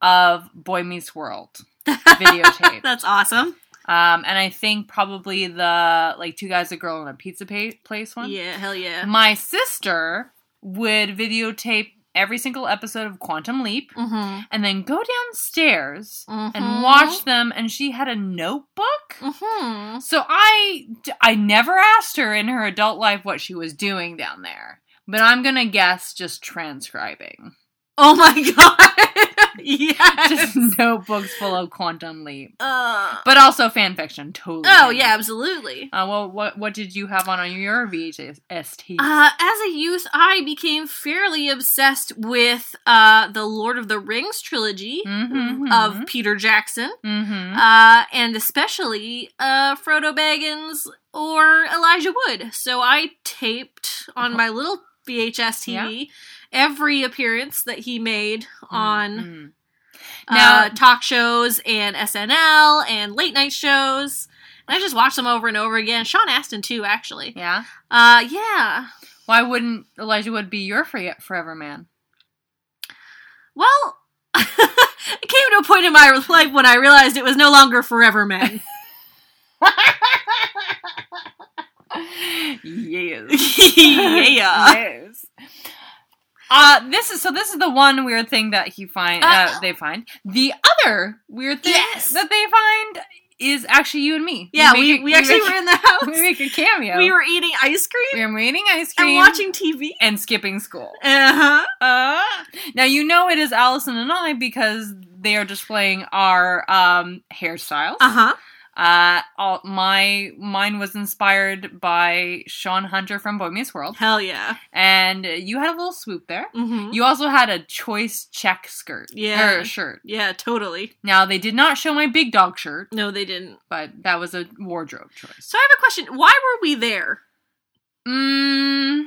[SPEAKER 1] of Boy Meets
[SPEAKER 2] [LAUGHS]
[SPEAKER 1] World videotape.
[SPEAKER 2] That's awesome.
[SPEAKER 1] Um, and I think probably the like two guys, a girl, and a pizza pa- place one. Mm.
[SPEAKER 2] Yeah. Hell yeah.
[SPEAKER 1] My sister would videotape every single episode of Quantum Leap
[SPEAKER 2] Mm-hmm.
[SPEAKER 1] and then go downstairs
[SPEAKER 2] Mhm.
[SPEAKER 1] and watch them. And she had a notebook.
[SPEAKER 2] Mm-hmm.
[SPEAKER 1] So I, I never asked her in her adult life what she was doing down there, but I'm gonna guess just transcribing, [LAUGHS]
[SPEAKER 2] Oh my [LAUGHS] god. yes.
[SPEAKER 1] just [LAUGHS] notebooks full of quantum leap,
[SPEAKER 2] Uh,
[SPEAKER 1] but also fan fiction, totally.
[SPEAKER 2] oh yeah, absolutely.
[SPEAKER 1] Uh, well, what what did you have on your VHS tape?
[SPEAKER 2] Uh, as a youth, I became fairly obsessed with uh, the Lord of the Rings trilogy
[SPEAKER 1] Mhm.
[SPEAKER 2] of Peter Jackson,
[SPEAKER 1] Mhm.
[SPEAKER 2] uh, and especially uh, Frodo Baggins or Elijah Wood. So I taped on my little VHS TV every appearance that he made on
[SPEAKER 1] Mhm.
[SPEAKER 2] now,
[SPEAKER 1] Now-
[SPEAKER 2] talk shows and SNL and late night shows. And I just watched them over and over again. Sean Astin too, actually.
[SPEAKER 1] yeah.
[SPEAKER 2] Uh, yeah.
[SPEAKER 1] Why wouldn't Elijah Wood be your for- forever man?
[SPEAKER 2] Well, [LAUGHS] it came to a point in my life when I realized it was no longer
[SPEAKER 1] [LAUGHS]
[SPEAKER 2] Forever Men. [LAUGHS]
[SPEAKER 1] [LAUGHS] yes.
[SPEAKER 2] yeah.
[SPEAKER 1] Yes. Uh, this is so. This is the one weird thing that he find uh,
[SPEAKER 2] Uh,
[SPEAKER 1] they find. The other weird thing
[SPEAKER 2] Yes.
[SPEAKER 1] that they find is actually you and me.
[SPEAKER 2] Yeah,
[SPEAKER 1] make
[SPEAKER 2] we,
[SPEAKER 1] a-
[SPEAKER 2] we actually
[SPEAKER 1] make
[SPEAKER 2] were
[SPEAKER 1] a-
[SPEAKER 2] in the
[SPEAKER 1] [LAUGHS]
[SPEAKER 2] house.
[SPEAKER 1] we make a cameo.
[SPEAKER 2] We were eating ice cream
[SPEAKER 1] we were eating ice
[SPEAKER 2] and
[SPEAKER 1] cream
[SPEAKER 2] watching TV.
[SPEAKER 1] and skipping school.
[SPEAKER 2] Uh huh.
[SPEAKER 1] Uh, now you know it is Allison and I because they are displaying our um, hairstyles.
[SPEAKER 2] Uh huh.
[SPEAKER 1] Uh, all, my mine was inspired by Sean Hunter from Boy Meets World,
[SPEAKER 2] Hell yeah.
[SPEAKER 1] and you had a little swoop there.
[SPEAKER 2] Mm-hmm.
[SPEAKER 1] You also had a choice check skirt.
[SPEAKER 2] Yeah.
[SPEAKER 1] Or shirt.
[SPEAKER 2] Yeah, totally.
[SPEAKER 1] Now, they did not show my big dog shirt,
[SPEAKER 2] No, they didn't.
[SPEAKER 1] but that was a wardrobe choice.
[SPEAKER 2] So I have a question. Why were we there?
[SPEAKER 1] Mm,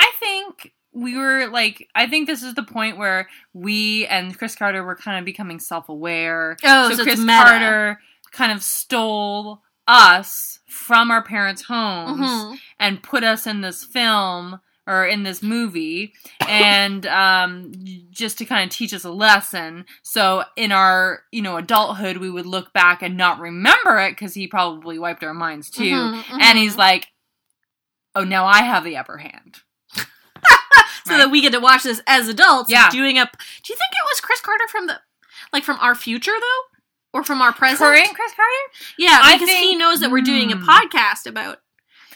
[SPEAKER 1] I think we were like, I think this is the point where we and Chris Carter were kind of becoming self aware.
[SPEAKER 2] Oh, so it's
[SPEAKER 1] Chris
[SPEAKER 2] meta.
[SPEAKER 1] Carter kind of stole us from our parents' homes.
[SPEAKER 2] Mm-hmm.
[SPEAKER 1] and put us in this film or in this movie and um, just to kind of teach us a lesson so in our you know adulthood we would look back and not remember it because he probably wiped our minds too
[SPEAKER 2] Mhm, mhm.
[SPEAKER 1] and he's like oh now i have the upper hand
[SPEAKER 2] so that we get to watch this as adults.
[SPEAKER 1] Yeah.
[SPEAKER 2] doing up. Do you think it was Chris Carter from the, like from our future though, or from our present?
[SPEAKER 1] Current Chris Carter?
[SPEAKER 2] Yeah,
[SPEAKER 1] I
[SPEAKER 2] because he
[SPEAKER 1] think-
[SPEAKER 2] knows that we're doing a
[SPEAKER 1] hmm.
[SPEAKER 2] podcast about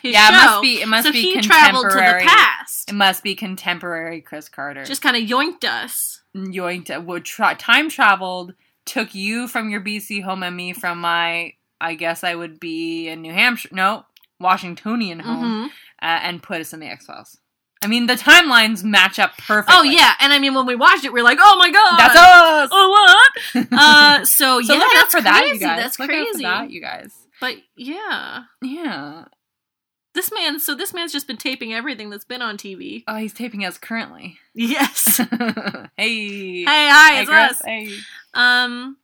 [SPEAKER 2] his
[SPEAKER 1] Yeah, it
[SPEAKER 2] show.
[SPEAKER 1] must be. It must
[SPEAKER 2] so
[SPEAKER 1] be
[SPEAKER 2] he traveled to the
[SPEAKER 1] contemporary.
[SPEAKER 2] past,
[SPEAKER 1] It must be contemporary Chris Carter.
[SPEAKER 2] just kind of yoinked us.
[SPEAKER 1] yoinked would tra- time traveled took you from your BC home and me from my I guess I would be in New Hampshire no Washingtonian home
[SPEAKER 2] hmm
[SPEAKER 1] uh, and put us in the X Files. I mean the timelines match up perfectly.
[SPEAKER 2] Oh yeah, and I mean when we watched it, we are like, oh my god,
[SPEAKER 1] that's us.
[SPEAKER 2] [LAUGHS] oh what?
[SPEAKER 1] [LAUGHS]
[SPEAKER 2] Uh, so,
[SPEAKER 1] so
[SPEAKER 2] yeah,
[SPEAKER 1] look out
[SPEAKER 2] that's
[SPEAKER 1] for
[SPEAKER 2] crazy.
[SPEAKER 1] that, you guys.
[SPEAKER 2] That's
[SPEAKER 1] look out for
[SPEAKER 2] crazy.
[SPEAKER 1] that, you guys.
[SPEAKER 2] But yeah,
[SPEAKER 1] Yeah.
[SPEAKER 2] this man. So this man's just been taping everything that's been on TV.
[SPEAKER 1] Oh, he's taping us currently. [LAUGHS]
[SPEAKER 2] Yes.
[SPEAKER 1] hey.
[SPEAKER 2] [LAUGHS] hey, hi, it's
[SPEAKER 1] Chris.
[SPEAKER 2] us.
[SPEAKER 1] Hey.
[SPEAKER 2] Um,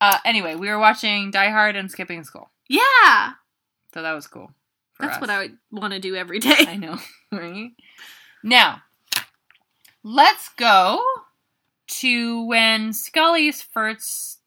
[SPEAKER 1] Uh, anyway, we were watching Die Hard and Skipping School,
[SPEAKER 2] yeah,
[SPEAKER 1] so that was cool. for
[SPEAKER 2] that's
[SPEAKER 1] us.
[SPEAKER 2] what I would want to do every day.
[SPEAKER 1] [LAUGHS] I know, right? Now, let's go to when Scully's first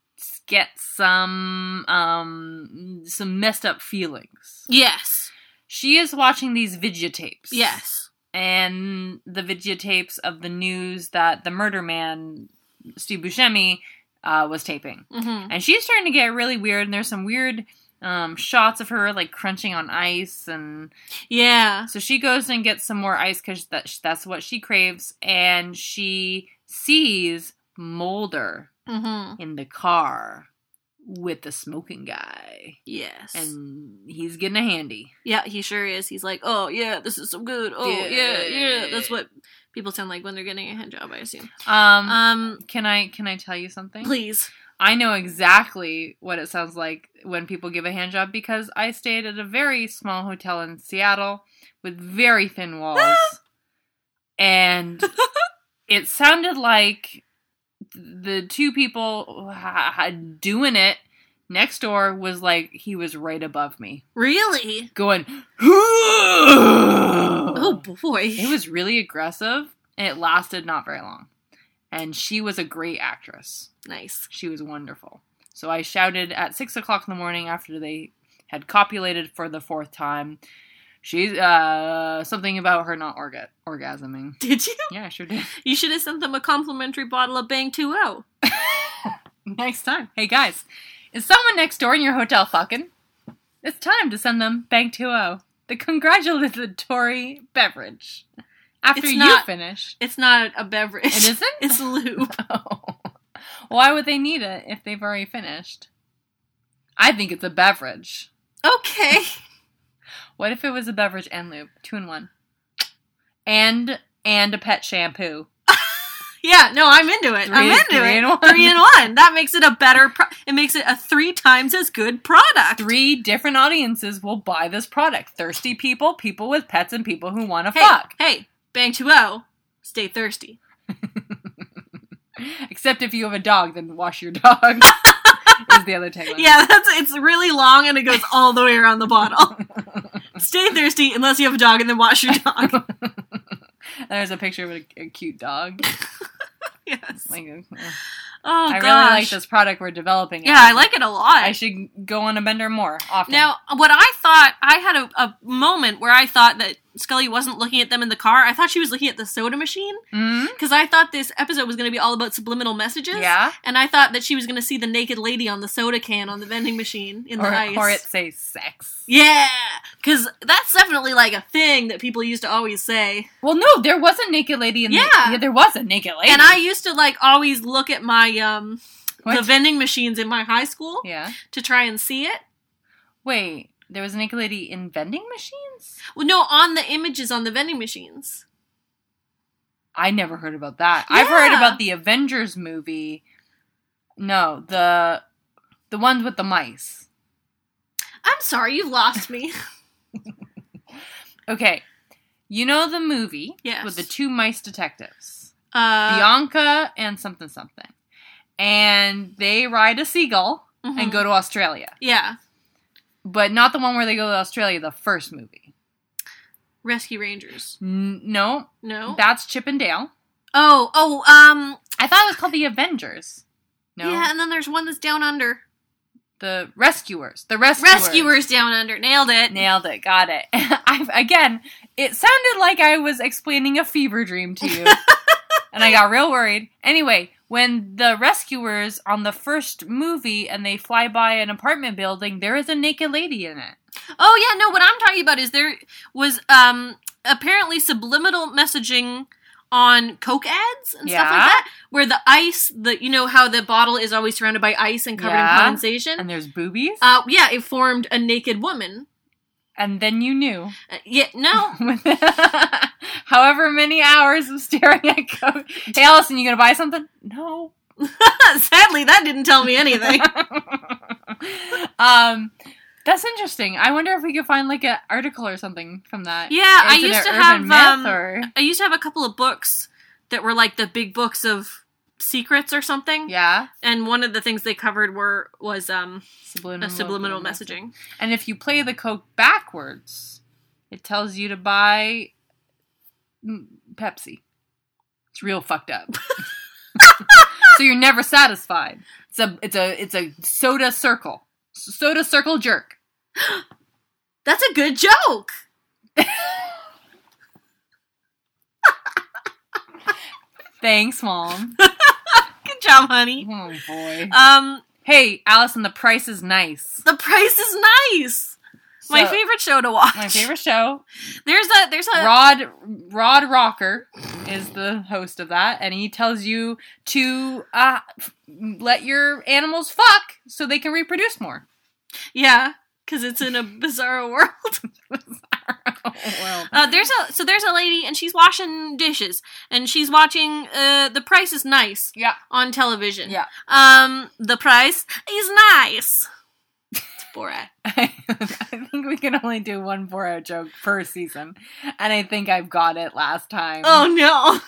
[SPEAKER 1] gets some um some messed up feelings.
[SPEAKER 2] [LAUGHS] Yes,
[SPEAKER 1] She is watching these videotapes.
[SPEAKER 2] yes,
[SPEAKER 1] And the videotapes of the news that the murder man Steve Buscemi uh, was taping.
[SPEAKER 2] mm-hmm.
[SPEAKER 1] And she's starting to get really weird and there's some weird um, shots of her like crunching on ice and
[SPEAKER 2] yeah,
[SPEAKER 1] so she goes and gets some more ice because that, that's what she craves, and she sees Mulder
[SPEAKER 2] Mm-hmm.
[SPEAKER 1] in the car with the smoking guy.
[SPEAKER 2] Yes.
[SPEAKER 1] And he's getting a handy.
[SPEAKER 2] yeah, he sure is. He's like, oh yeah, this is so good. Oh yeah, yeah. That's what people sound like when they're getting a hand job. I assume.
[SPEAKER 1] Um,
[SPEAKER 2] Um,
[SPEAKER 1] can I can I tell you something?
[SPEAKER 2] please.
[SPEAKER 1] I know exactly what it sounds like when people give a hand job because I stayed at a very small hotel in Seattle with very thin walls. and it sounded like the two people ha- ha- doing it next door was like he was right above me
[SPEAKER 2] Really?
[SPEAKER 1] going
[SPEAKER 2] Oh boy.
[SPEAKER 1] it was really aggressive and it lasted not very long and she was a great actress
[SPEAKER 2] nice.
[SPEAKER 1] she was wonderful. So I shouted at six o'clock in the morning after they had copulated for the fourth time. She's uh, something about her not orga- orgasming.
[SPEAKER 2] Did you?
[SPEAKER 1] Yeah, I sure did. [LAUGHS]
[SPEAKER 2] You should have sent them a complimentary bottle of Bang oh. 2O.
[SPEAKER 1] next time, hey guys, is someone next door in your hotel fucking? It's time to send them Bank Two O, the congratulatory beverage. After
[SPEAKER 2] It's
[SPEAKER 1] you
[SPEAKER 2] not- [LAUGHS]
[SPEAKER 1] finish,
[SPEAKER 2] It's not a beverage.
[SPEAKER 1] it isn't.
[SPEAKER 2] [LAUGHS] It's lube.
[SPEAKER 1] Oh. Why would they need it if they've already finished? I think it's a beverage.
[SPEAKER 2] okay.
[SPEAKER 1] What if it was a beverage and lube, two in one, and and a pet shampoo?
[SPEAKER 2] Yeah, no, I'm into it. i I'm
[SPEAKER 1] Three- three
[SPEAKER 2] into it.
[SPEAKER 1] in one.
[SPEAKER 2] Three in one. That makes it a better. Pro- it makes it a three times as good product.
[SPEAKER 1] Three different audiences will buy this product: thirsty people, people with pets, and people who want to
[SPEAKER 2] Hey,
[SPEAKER 1] fuck.
[SPEAKER 2] hey, bang two o. Stay thirsty.
[SPEAKER 1] Except if you have a dog, then wash your
[SPEAKER 2] [LAUGHS]
[SPEAKER 1] dog. is the other tagline?
[SPEAKER 2] Yeah, [LAUGHS] that's it's really long and it goes all the way around
[SPEAKER 1] [LAUGHS]
[SPEAKER 2] the bottle. Stay thirsty unless you have a dog, and then wash your dog.
[SPEAKER 1] [LAUGHS] There's a picture of a, a cute
[SPEAKER 2] [LAUGHS]
[SPEAKER 1] dog.
[SPEAKER 2] yes.
[SPEAKER 1] Like, uh,
[SPEAKER 2] oh
[SPEAKER 1] I
[SPEAKER 2] gosh.
[SPEAKER 1] really like this product we're developing.
[SPEAKER 2] Yeah, I like it a lot.
[SPEAKER 1] I should go on a bender more often.
[SPEAKER 2] Now, what I thought, I had a, a moment where I thought that Scully wasn't looking at them in the car. I thought she was looking at the soda machine
[SPEAKER 1] Mhm.
[SPEAKER 2] because I thought this episode was going to be all about subliminal messages.
[SPEAKER 1] yeah,
[SPEAKER 2] And I thought that she was going to see the naked lady on the soda can on the vending machine in the
[SPEAKER 1] or,
[SPEAKER 2] ice.
[SPEAKER 1] or it says sex.
[SPEAKER 2] yeah, because that's definitely like a thing that people used to always say.
[SPEAKER 1] Well, no, there was a naked lady in
[SPEAKER 2] Yeah.
[SPEAKER 1] the. Yeah, there was a naked lady.
[SPEAKER 2] And I used to like always look at my um the
[SPEAKER 1] What?
[SPEAKER 2] vending machines in my high school
[SPEAKER 1] yeah.
[SPEAKER 2] to try and see it.
[SPEAKER 1] Wait, there was a naked lady in vending machines?
[SPEAKER 2] Well, no, on the images on the vending machines.
[SPEAKER 1] I never heard about that. I've heard
[SPEAKER 2] Yeah.
[SPEAKER 1] about the Avengers movie. No, the the ones with the mice.
[SPEAKER 2] I'm sorry, you've lost me.
[SPEAKER 1] [LAUGHS] Okay. You know the movie
[SPEAKER 2] Yes.
[SPEAKER 1] with the two mice detectives,
[SPEAKER 2] Uh,
[SPEAKER 1] Bianca and something something. And they ride a seagull and
[SPEAKER 2] mhm.
[SPEAKER 1] go to Australia.
[SPEAKER 2] Yeah,
[SPEAKER 1] But not the one where they go to Australia, the first movie.
[SPEAKER 2] Rescue Rangers.
[SPEAKER 1] N- no,
[SPEAKER 2] No.
[SPEAKER 1] that's Chip and Dale.
[SPEAKER 2] oh, oh, um,
[SPEAKER 1] I thought it was called the Avengers. No.
[SPEAKER 2] yeah, and then there's one that's down under.
[SPEAKER 1] The rescuers. The rescuers.
[SPEAKER 2] Rescuers down under. Nailed it.
[SPEAKER 1] Nailed it. Got it. [LAUGHS] I, again, it sounded like I was explaining a fever dream to [LAUGHS] you. and I got real worried. Anyway, when the rescuers on the first movie and they fly by an apartment building, there is a naked lady in it.
[SPEAKER 2] Oh yeah, no, what I'm talking about is there was um apparently subliminal messaging on Coke ads and stuff
[SPEAKER 1] Yeah.
[SPEAKER 2] like that. Where the ice the you know how the bottle is always surrounded by ice and covered
[SPEAKER 1] Yeah.
[SPEAKER 2] in condensation?
[SPEAKER 1] And there's boobies.
[SPEAKER 2] uh yeah, it formed a naked woman.
[SPEAKER 1] and then you knew.
[SPEAKER 2] Uh, yeah, no.
[SPEAKER 1] [LAUGHS] With however many hours of staring at [LAUGHS] Coke. Hey, Allison, you going to buy something? No.
[SPEAKER 2] Sadly that didn't tell me
[SPEAKER 1] [LAUGHS]
[SPEAKER 2] anything.
[SPEAKER 1] um, that's interesting. I wonder if we could find like an article or something from that.
[SPEAKER 2] Yeah, I
[SPEAKER 1] Is it
[SPEAKER 2] used
[SPEAKER 1] an
[SPEAKER 2] to have, um,
[SPEAKER 1] or...
[SPEAKER 2] I used to have a couple of books that were like the big books of secrets or something.
[SPEAKER 1] yeah,
[SPEAKER 2] And one of the things they covered were was um
[SPEAKER 1] subliminal,
[SPEAKER 2] a subliminal messaging.
[SPEAKER 1] And if you play the Coke backwards, it tells you to buy mm, Pepsi. It's real fucked
[SPEAKER 2] [LAUGHS]
[SPEAKER 1] up. so you're never satisfied. It's a it's a it's a soda circle, soda circle jerk.
[SPEAKER 2] That's a good joke.
[SPEAKER 1] Thanks,
[SPEAKER 2] [LAUGHS]
[SPEAKER 1] mom.
[SPEAKER 2] Good job, honey.
[SPEAKER 1] oh boy.
[SPEAKER 2] Um,
[SPEAKER 1] hey, Allison, the price is nice.
[SPEAKER 2] The Price is Nice. my Uh.
[SPEAKER 1] So-
[SPEAKER 2] favorite show to watch. [LAUGHS]
[SPEAKER 1] my favorite show.
[SPEAKER 2] There's a there's a
[SPEAKER 1] Rod Rod Rocker is the host of that, and he tells you to uh, f- let your animals fuck so they can reproduce more.
[SPEAKER 2] Yeah, because it's in a bizarre [LAUGHS] world.
[SPEAKER 1] well,
[SPEAKER 2] Uh, there's a so there's a lady and she's washing dishes and she's watching uh, The Price is Nice
[SPEAKER 1] [LAUGHS] yeah, [LAUGHS]
[SPEAKER 2] on television.
[SPEAKER 1] yeah.
[SPEAKER 2] Um, The Price is Nice. It's
[SPEAKER 1] [LAUGHS]
[SPEAKER 2] Borat.
[SPEAKER 1] I think we can only do one Borat joke per season, and I think I've got it last time.
[SPEAKER 2] oh no!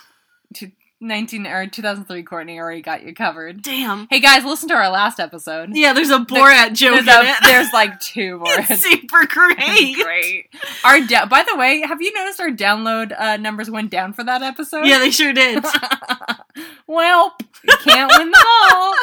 [SPEAKER 1] T- 19 or 2003 Courtney already got you covered.
[SPEAKER 2] Damn.
[SPEAKER 1] Hey guys, listen to our last episode.
[SPEAKER 2] Yeah, there's a Borat joke
[SPEAKER 1] There's,
[SPEAKER 2] in
[SPEAKER 1] a-
[SPEAKER 2] it.
[SPEAKER 1] there's like
[SPEAKER 2] [LAUGHS]
[SPEAKER 1] two more.
[SPEAKER 2] it's super [LAUGHS] great.
[SPEAKER 1] [LAUGHS] great. Our da- by the way, have you noticed our download uh, numbers went down for that episode?
[SPEAKER 2] Yeah, they
[SPEAKER 1] [LAUGHS]
[SPEAKER 2] sure did.
[SPEAKER 1] well, you can't win them
[SPEAKER 2] [LAUGHS]
[SPEAKER 1] all.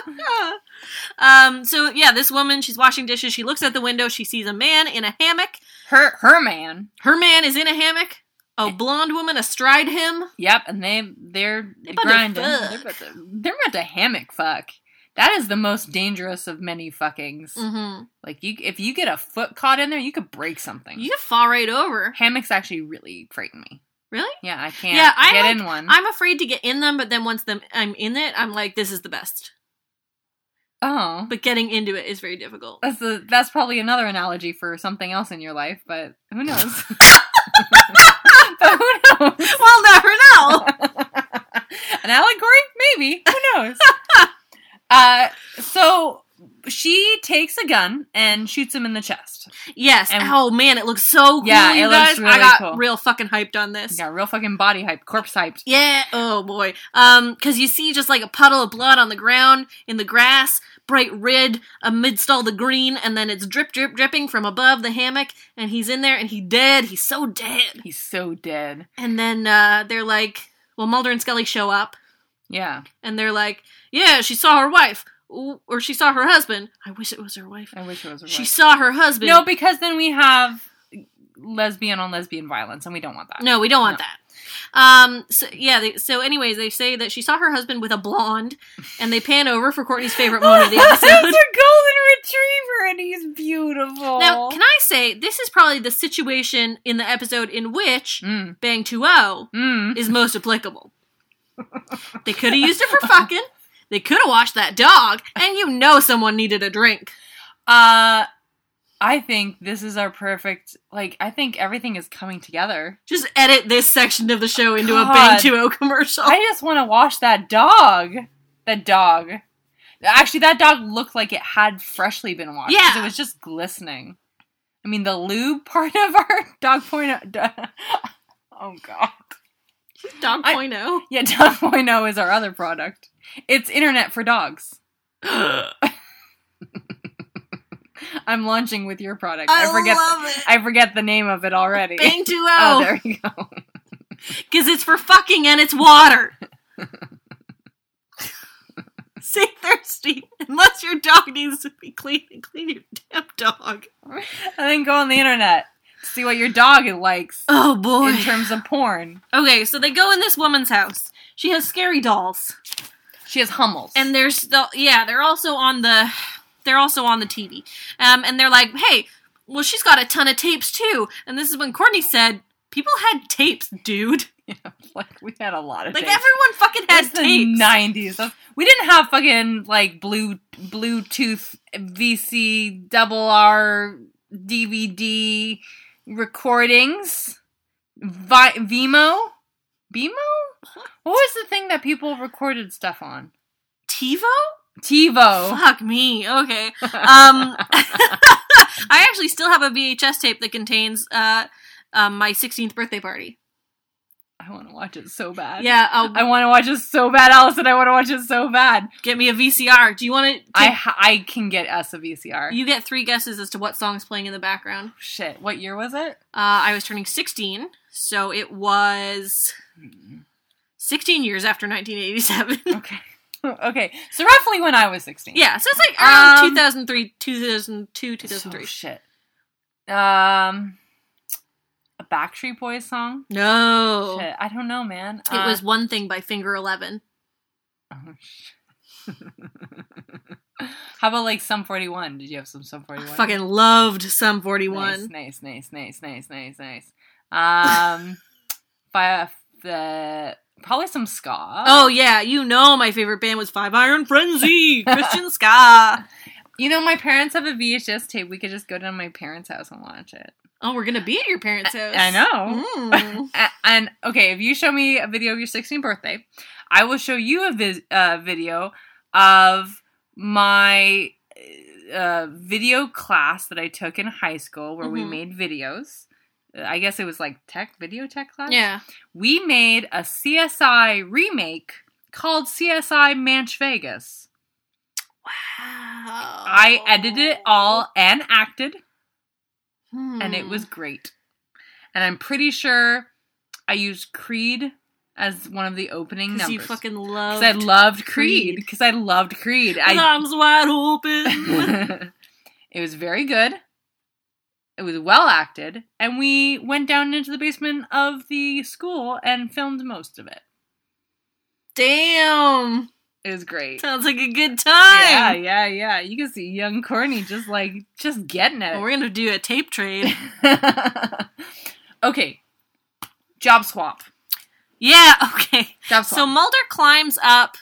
[SPEAKER 2] um, so yeah, this woman she's washing dishes. She looks out the window. She sees a man in a hammock.
[SPEAKER 1] Her her man.
[SPEAKER 2] Her man is in a hammock. A blonde woman astride him.
[SPEAKER 1] Yep, and they they're
[SPEAKER 2] They about to
[SPEAKER 1] grinding.
[SPEAKER 2] fuck.
[SPEAKER 1] They're, about to, they're about to hammock fuck. That is the most dangerous of many fuckings.
[SPEAKER 2] Mm-hmm.
[SPEAKER 1] Like you, if you get a foot caught in there, you could break something.
[SPEAKER 2] You could fall right over.
[SPEAKER 1] Hammocks actually really frighten me.
[SPEAKER 2] Really?
[SPEAKER 1] Yeah, I can't
[SPEAKER 2] Yeah, I
[SPEAKER 1] get
[SPEAKER 2] like-
[SPEAKER 1] in one.
[SPEAKER 2] I'm afraid to get in them, but then once them I'm in it, I'm like, this is the best.
[SPEAKER 1] oh,
[SPEAKER 2] But getting into it is very difficult.
[SPEAKER 1] that's the that's probably another analogy for something else in your life, but who knows?
[SPEAKER 2] [LAUGHS]
[SPEAKER 1] [LAUGHS] but who knows?
[SPEAKER 2] We'll never
[SPEAKER 1] [LAUGHS]
[SPEAKER 2] know.
[SPEAKER 1] An allegory? Maybe. Who
[SPEAKER 2] [LAUGHS]
[SPEAKER 1] knows? uh, so she takes a gun and shoots him in the chest.
[SPEAKER 2] yes.
[SPEAKER 1] And-
[SPEAKER 2] oh man, it looks so cool.
[SPEAKER 1] Yeah,
[SPEAKER 2] you
[SPEAKER 1] it looks
[SPEAKER 2] guys.
[SPEAKER 1] really
[SPEAKER 2] I got
[SPEAKER 1] cool.
[SPEAKER 2] real fucking hyped on this.
[SPEAKER 1] Got real fucking body hyped, corpse hyped.
[SPEAKER 2] Yeah. Oh boy. Um, because you see just like a puddle of blood on the ground in the grass, bright red amidst all the green, and then it's drip, drip, dripping from above the hammock, and he's in there, and he dead. He's so dead.
[SPEAKER 1] He's so dead.
[SPEAKER 2] And then uh, they're like, well, Mulder and Scully show up,
[SPEAKER 1] Yeah,
[SPEAKER 2] and they're like, yeah, she saw her wife, Ooh, or she saw her husband. I wish it was her wife.
[SPEAKER 1] I wish it was. a
[SPEAKER 2] She
[SPEAKER 1] wife.
[SPEAKER 2] saw her husband.
[SPEAKER 1] no, because then we have lesbian on lesbian violence, and we don't want [LAUGHS] that.
[SPEAKER 2] No, we don't want
[SPEAKER 1] No.
[SPEAKER 2] that. Um. So yeah. They, so, anyways, they say that she saw her husband with a blonde, and they pan over for Courtney's favorite moment of
[SPEAKER 1] [LAUGHS]
[SPEAKER 2] the
[SPEAKER 1] That's a golden
[SPEAKER 2] episode.
[SPEAKER 1] retriever, and he's beautiful.
[SPEAKER 2] Now, can I say this is probably the situation in the episode in which
[SPEAKER 1] Mm,
[SPEAKER 2] Bang 2.0
[SPEAKER 1] mm.
[SPEAKER 2] is most applicable. they could have used it for fucking. They could have washed that dog, and you know someone needed a drink.
[SPEAKER 1] Uh, I think this is our perfect. Like, I think everything is coming together.
[SPEAKER 2] Just edit this section of the show into a Bang
[SPEAKER 1] God.
[SPEAKER 2] 2.0 commercial.
[SPEAKER 1] I just want to wash that dog. That dog. Actually, that dog looked like it had freshly been washed. 'cause
[SPEAKER 2] Yeah.
[SPEAKER 1] it was just glistening. I mean, the lube [LAUGHS] part of our dog point. [LAUGHS] Oh god.
[SPEAKER 2] dog
[SPEAKER 1] I-
[SPEAKER 2] 2.0.
[SPEAKER 1] [LAUGHS] Yeah, dog point oh is our other product. It's internet for [GASPS] dogs. I'm launching with your product. I, forget.
[SPEAKER 2] love it.
[SPEAKER 1] I forget the name of it already.
[SPEAKER 2] Bang 2.0.
[SPEAKER 1] [LAUGHS]
[SPEAKER 2] [LAUGHS]
[SPEAKER 1] Oh, there you go.
[SPEAKER 2] Because it's for fucking and it's [LAUGHS] water. Stay thirsty. Unless your dog needs to be clean and clean your damn dog.
[SPEAKER 1] And then go on the internet, see what your dog
[SPEAKER 2] [SIGHS]
[SPEAKER 1] likes
[SPEAKER 2] Oh boy.
[SPEAKER 1] in terms of porn.
[SPEAKER 2] okay, so they go in this woman's house. She has scary dolls.
[SPEAKER 1] She has Hummels. [LAUGHS]
[SPEAKER 2] And there's the yeah, they're also on the they're also on the TV. Um and they're like, "Hey, well she's got a ton of tapes too." And this is when Courtney said, "People had tapes, dude.
[SPEAKER 1] like we had a lot of
[SPEAKER 2] Like
[SPEAKER 1] tapes.
[SPEAKER 2] everyone fucking
[SPEAKER 1] It was
[SPEAKER 2] has tapes."
[SPEAKER 1] the nineties. We didn't have fucking like blue Bluetooth VC double R DVD recordings. Vi- Vimo, Vimo. What was the thing that people recorded stuff on?
[SPEAKER 2] TiVo?
[SPEAKER 1] TiVo.
[SPEAKER 2] Fuck me. Okay. Um, [LAUGHS] I actually still have a VHS tape that contains uh, um, my 16th birthday party.
[SPEAKER 1] I want to watch it so bad.
[SPEAKER 2] Yeah, I'll
[SPEAKER 1] I want to watch it so bad, Allison. I want to watch it so bad.
[SPEAKER 2] get me a VCR. Do you want to?
[SPEAKER 1] I ha- I can get E us a VCR.
[SPEAKER 2] You get three guesses as to what song's playing in the background.
[SPEAKER 1] Shit. What year was
[SPEAKER 2] [LAUGHS]
[SPEAKER 1] it?
[SPEAKER 2] Uh, I was turning 16, so it was 16 years after 1987.
[SPEAKER 1] Okay. [LAUGHS] okay. So roughly when I was 16.
[SPEAKER 2] [LAUGHS] yeah, so it's like around
[SPEAKER 1] Um,
[SPEAKER 2] 2003, 2002, 2003.
[SPEAKER 1] Oh, shit. Um, a Backstreet Boys song.
[SPEAKER 2] no.
[SPEAKER 1] Shit, I don't know, man.
[SPEAKER 2] Oh.
[SPEAKER 1] Uh,
[SPEAKER 2] It was One Thing by Finger 11.
[SPEAKER 1] Oh, shit. How about like Sum 41? Did you have some Sum
[SPEAKER 2] I
[SPEAKER 1] 41?
[SPEAKER 2] fucking loved Sum 41.
[SPEAKER 1] Nice, nice,
[SPEAKER 2] [LAUGHS]
[SPEAKER 1] nice, nice, nice, nice, nice. Um, by the probably some ska.
[SPEAKER 2] Oh yeah, you know my favorite band was Five Iron [LAUGHS] Frenzy, Christian ska.
[SPEAKER 1] You know, my parents have a VHS tape. We could just go down to my parents' house and watch it.
[SPEAKER 2] Oh, we're gonna be at your parents' house.
[SPEAKER 1] I know. [LAUGHS]
[SPEAKER 2] Mm.
[SPEAKER 1] A- and okay, if you show me a video of your 16th birthday, I will show you a vis- uh, video of my uh, video class that I took in high school where we
[SPEAKER 2] Mhm.
[SPEAKER 1] made videos. I guess it was like tech video tech class.
[SPEAKER 2] Yeah.
[SPEAKER 1] we made a CSI remake called CSI Manch Vegas.
[SPEAKER 2] Wow.
[SPEAKER 1] I edited it all and acted,
[SPEAKER 2] Hmm.
[SPEAKER 1] and it was great. And I'm pretty sure I used Creed as one of the opening
[SPEAKER 2] because
[SPEAKER 1] numbers.
[SPEAKER 2] you fucking love.
[SPEAKER 1] Because I loved Creed.
[SPEAKER 2] Creed.
[SPEAKER 1] Because I loved Creed. I.
[SPEAKER 2] Arms wide
[SPEAKER 1] [LAUGHS]
[SPEAKER 2] open. [LAUGHS]
[SPEAKER 1] it was very good. It was well acted, and we went down into the basement of the school and filmed most of it.
[SPEAKER 2] Damn.
[SPEAKER 1] It was great.
[SPEAKER 2] Sounds like a good
[SPEAKER 1] Yeah,
[SPEAKER 2] time.
[SPEAKER 1] yeah, yeah. You can see young Courtney just like just getting [LAUGHS]
[SPEAKER 2] Well, we're
[SPEAKER 1] it.
[SPEAKER 2] gonna do a
[SPEAKER 1] [LAUGHS]
[SPEAKER 2] tape trade.
[SPEAKER 1] okay, job swap.
[SPEAKER 2] yeah. Okay.
[SPEAKER 1] Job swap.
[SPEAKER 2] So Mulder climbs up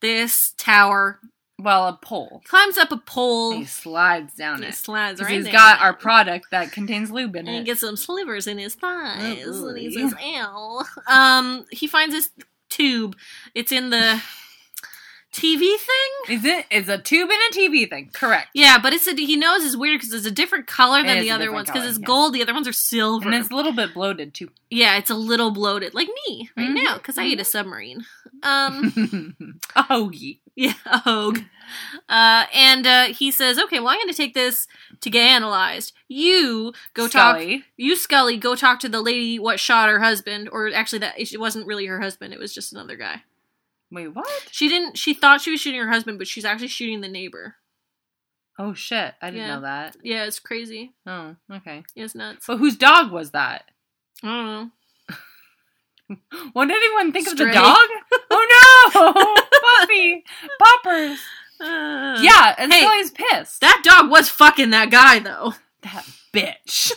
[SPEAKER 2] this tower,
[SPEAKER 1] well, a pole.
[SPEAKER 2] climbs up a pole.
[SPEAKER 1] And He slides down
[SPEAKER 2] and He
[SPEAKER 1] it.
[SPEAKER 2] slides
[SPEAKER 1] Because
[SPEAKER 2] right
[SPEAKER 1] he's
[SPEAKER 2] there.
[SPEAKER 1] got our product that contains lube in
[SPEAKER 2] and he
[SPEAKER 1] it.
[SPEAKER 2] gets some slivers in his thighs,
[SPEAKER 1] Oh,
[SPEAKER 2] and he
[SPEAKER 1] boy.
[SPEAKER 2] says, "Ow." Um, he finds this tube. It's in the TV thing.
[SPEAKER 1] Is it? It's a tube and a TV thing. Correct.
[SPEAKER 2] Yeah, but it's a, he knows it's weird because it's a different color
[SPEAKER 1] It
[SPEAKER 2] than
[SPEAKER 1] is
[SPEAKER 2] the
[SPEAKER 1] a
[SPEAKER 2] other
[SPEAKER 1] different
[SPEAKER 2] ones because
[SPEAKER 1] color,
[SPEAKER 2] it's
[SPEAKER 1] yes.
[SPEAKER 2] gold. The other ones are silver.
[SPEAKER 1] And it's a little bit bloated too. [LAUGHS]
[SPEAKER 2] yeah, it's a little bloated, like me right
[SPEAKER 1] Mhm,
[SPEAKER 2] now because I ate a submarine. Um, [LAUGHS]
[SPEAKER 1] a hoagie.
[SPEAKER 2] yeah, a hogue. Uh, and uh, he says, "Okay, well, I'm going to take this to get analyzed. You go talk
[SPEAKER 1] Scully.
[SPEAKER 2] you Scully go talk to the lady what shot her husband or actually that it wasn't really her husband it was just another guy
[SPEAKER 1] Wait, what?
[SPEAKER 2] she didn't she thought she was shooting her husband but she's actually shooting the neighbor
[SPEAKER 1] Oh shit! I didn't
[SPEAKER 2] Yeah.
[SPEAKER 1] know that.
[SPEAKER 2] yeah it's crazy
[SPEAKER 1] Oh, okay.
[SPEAKER 2] it's nuts
[SPEAKER 1] But whose dog was that?
[SPEAKER 2] i don't know
[SPEAKER 1] What did anyone think of
[SPEAKER 2] Stray.
[SPEAKER 1] the
[SPEAKER 2] [LAUGHS]
[SPEAKER 1] dog? Oh no, [LAUGHS] puppy, poppers.
[SPEAKER 2] Uh,
[SPEAKER 1] Yeah, and
[SPEAKER 2] Hey.
[SPEAKER 1] Scully's pissed.
[SPEAKER 2] that dog was fucking that guy though
[SPEAKER 1] that bitch.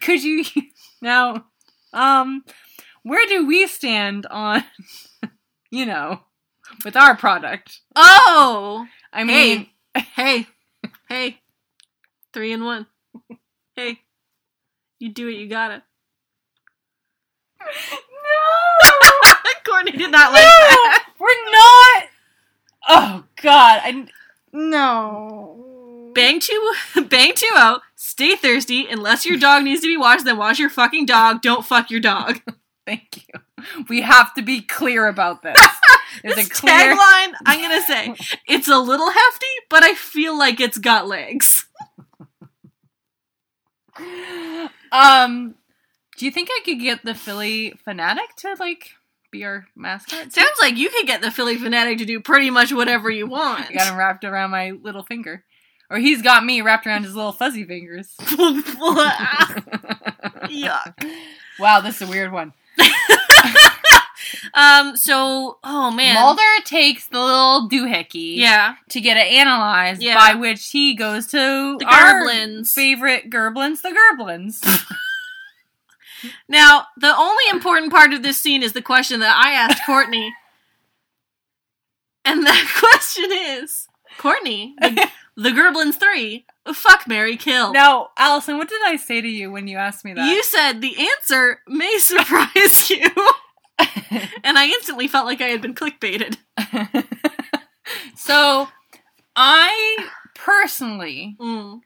[SPEAKER 1] Could you now? Um, where do we stand on, [LAUGHS] you know, with our product?
[SPEAKER 2] oh
[SPEAKER 1] I mean,
[SPEAKER 2] hey hey three and [LAUGHS] one hey you do what you [LAUGHS] gotta
[SPEAKER 1] no, [LAUGHS]
[SPEAKER 2] courtney did not like
[SPEAKER 1] no,
[SPEAKER 2] that [LAUGHS]
[SPEAKER 1] we're not. Oh God, I no.
[SPEAKER 2] Bang two, [LAUGHS] bang two out. Stay thirsty. Unless your dog needs to be washed, then wash your fucking dog. Don't fuck your dog.
[SPEAKER 1] Thank you. We have to be clear about
[SPEAKER 2] [LAUGHS]
[SPEAKER 1] this. There's
[SPEAKER 2] This
[SPEAKER 1] a clear.
[SPEAKER 2] tagline, I'm gonna say it's a little hefty, but I feel like it's got legs.
[SPEAKER 1] Um, do you think I could get the Philly fanatic to like be our mascot?
[SPEAKER 2] It sounds like you could get the Philly fanatic to do pretty much whatever you want.
[SPEAKER 1] I got him
[SPEAKER 2] [LAUGHS]
[SPEAKER 1] wrapped around my little finger, or he's got me wrapped around his little fuzzy fingers.
[SPEAKER 2] Yuck.
[SPEAKER 1] wow, this is a weird one.
[SPEAKER 2] Um. So, oh man,
[SPEAKER 1] Mulder takes the little doohickey,
[SPEAKER 2] Yeah.
[SPEAKER 1] to get it analyzed,
[SPEAKER 2] Yeah.
[SPEAKER 1] by which he goes to
[SPEAKER 2] The
[SPEAKER 1] our
[SPEAKER 2] Gerblins.
[SPEAKER 1] favorite Gerblins, the Gerblins. [LAUGHS]
[SPEAKER 2] [LAUGHS] Now, the only important part of this scene is the question that I [LAUGHS] asked Courtney. and that [LAUGHS] question is Courtney, [LAUGHS] the, the Gerblins 3, fuck Mary Kill.
[SPEAKER 1] now, Allison, what did I say to you when you asked me that?
[SPEAKER 2] you said the answer may surprise [LAUGHS] you. and I instantly felt like I had been clickbaited.
[SPEAKER 1] [LAUGHS] so I personally
[SPEAKER 2] Mm.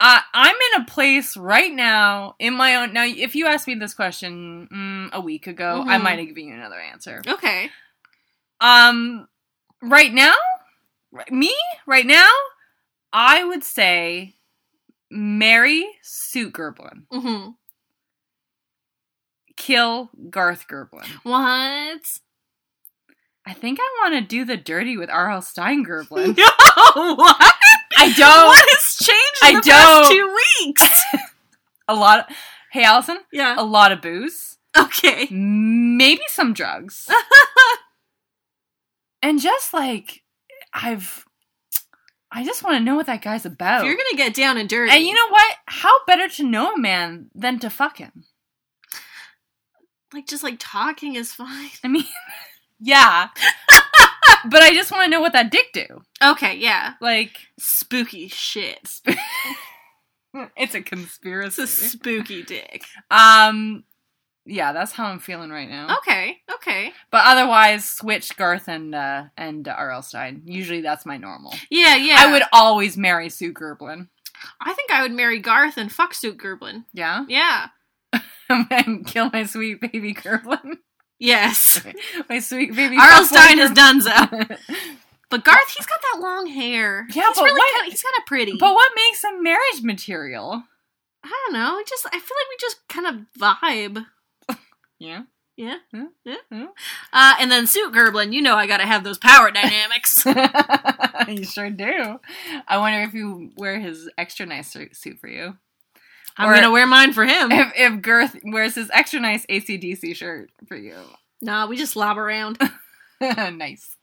[SPEAKER 1] I I'm in a place right now in my own now if you asked me this question mm, a week ago I
[SPEAKER 2] Mhm.
[SPEAKER 1] might have given you another answer.
[SPEAKER 2] Okay.
[SPEAKER 1] Um right now right, me right now I would say marry Sue Gerblin.
[SPEAKER 2] hmm
[SPEAKER 1] Kill Garth Gerblin.
[SPEAKER 2] What? [LAUGHS]
[SPEAKER 1] I think I want to do the dirty with R.L. Stein
[SPEAKER 2] [LAUGHS]
[SPEAKER 1] Gerblin.
[SPEAKER 2] No! What?
[SPEAKER 1] I don't.
[SPEAKER 2] What has changed in
[SPEAKER 1] I
[SPEAKER 2] the past
[SPEAKER 1] don't.
[SPEAKER 2] two [LAUGHS] weeks?
[SPEAKER 1] A lot. Of, hey, Allison.
[SPEAKER 2] yeah.
[SPEAKER 1] A lot of booze.
[SPEAKER 2] Okay.
[SPEAKER 1] Maybe some [LAUGHS] drugs. and just like I've, I just want to know what that guy's about.
[SPEAKER 2] If you're gonna get down and dirty.
[SPEAKER 1] and you know what? How better to know a man than to fuck him?
[SPEAKER 2] Like just like talking is fine.
[SPEAKER 1] I mean, [LAUGHS] yeah. [LAUGHS] but I just want to know what that dick do.
[SPEAKER 2] [LAUGHS] Okay, yeah.
[SPEAKER 1] Like,
[SPEAKER 2] Spooky shit.
[SPEAKER 1] Mm, it's a
[SPEAKER 2] It's a
[SPEAKER 1] conspiracy.
[SPEAKER 2] spooky dick.
[SPEAKER 1] Um, yeah, that's how I'm feeling right now.
[SPEAKER 2] [LAUGHS] Okay, okay.
[SPEAKER 1] But otherwise, switch Garth and uh, and uh, R.L. Stein. Usually, that's my normal.
[SPEAKER 2] Yeah, yeah.
[SPEAKER 1] I would always marry Sue Gerblin.
[SPEAKER 2] I think I would marry Garth and fuck Suit Gerblin.
[SPEAKER 1] Yeah,
[SPEAKER 2] Yeah.
[SPEAKER 1] [LAUGHS] and kill my sweet baby Gerblin.
[SPEAKER 2] Yes.
[SPEAKER 1] [LAUGHS] my sweet baby.
[SPEAKER 2] R.L.
[SPEAKER 1] fuckboy
[SPEAKER 2] Stein is
[SPEAKER 1] [LAUGHS] Gerblin.
[SPEAKER 2] donezo. [LAUGHS] But Garth, he's got that long hair.
[SPEAKER 1] Yeah,
[SPEAKER 2] he's
[SPEAKER 1] but
[SPEAKER 2] really
[SPEAKER 1] what-
[SPEAKER 2] kinda, he's kind of pretty.
[SPEAKER 1] but what makes him marriage material?
[SPEAKER 2] I don't know. I just I feel like we just kind of vibe.
[SPEAKER 1] [LAUGHS] Yeah.
[SPEAKER 2] Yeah.
[SPEAKER 1] Yeah.
[SPEAKER 2] Yeah.
[SPEAKER 1] Yeah.
[SPEAKER 2] Uh, and then Suit Gerblin, you know I gotta have those power dynamics.
[SPEAKER 1] you sure do. I wonder if you wear his extra nice suit suit for you.
[SPEAKER 2] [LAUGHS] I'm
[SPEAKER 1] Or-
[SPEAKER 2] gonna wear mine for him.
[SPEAKER 1] If, if Girth wears his extra nice ACDC shirt for you. [LAUGHS]
[SPEAKER 2] nah, we just lob around.
[SPEAKER 1] nice.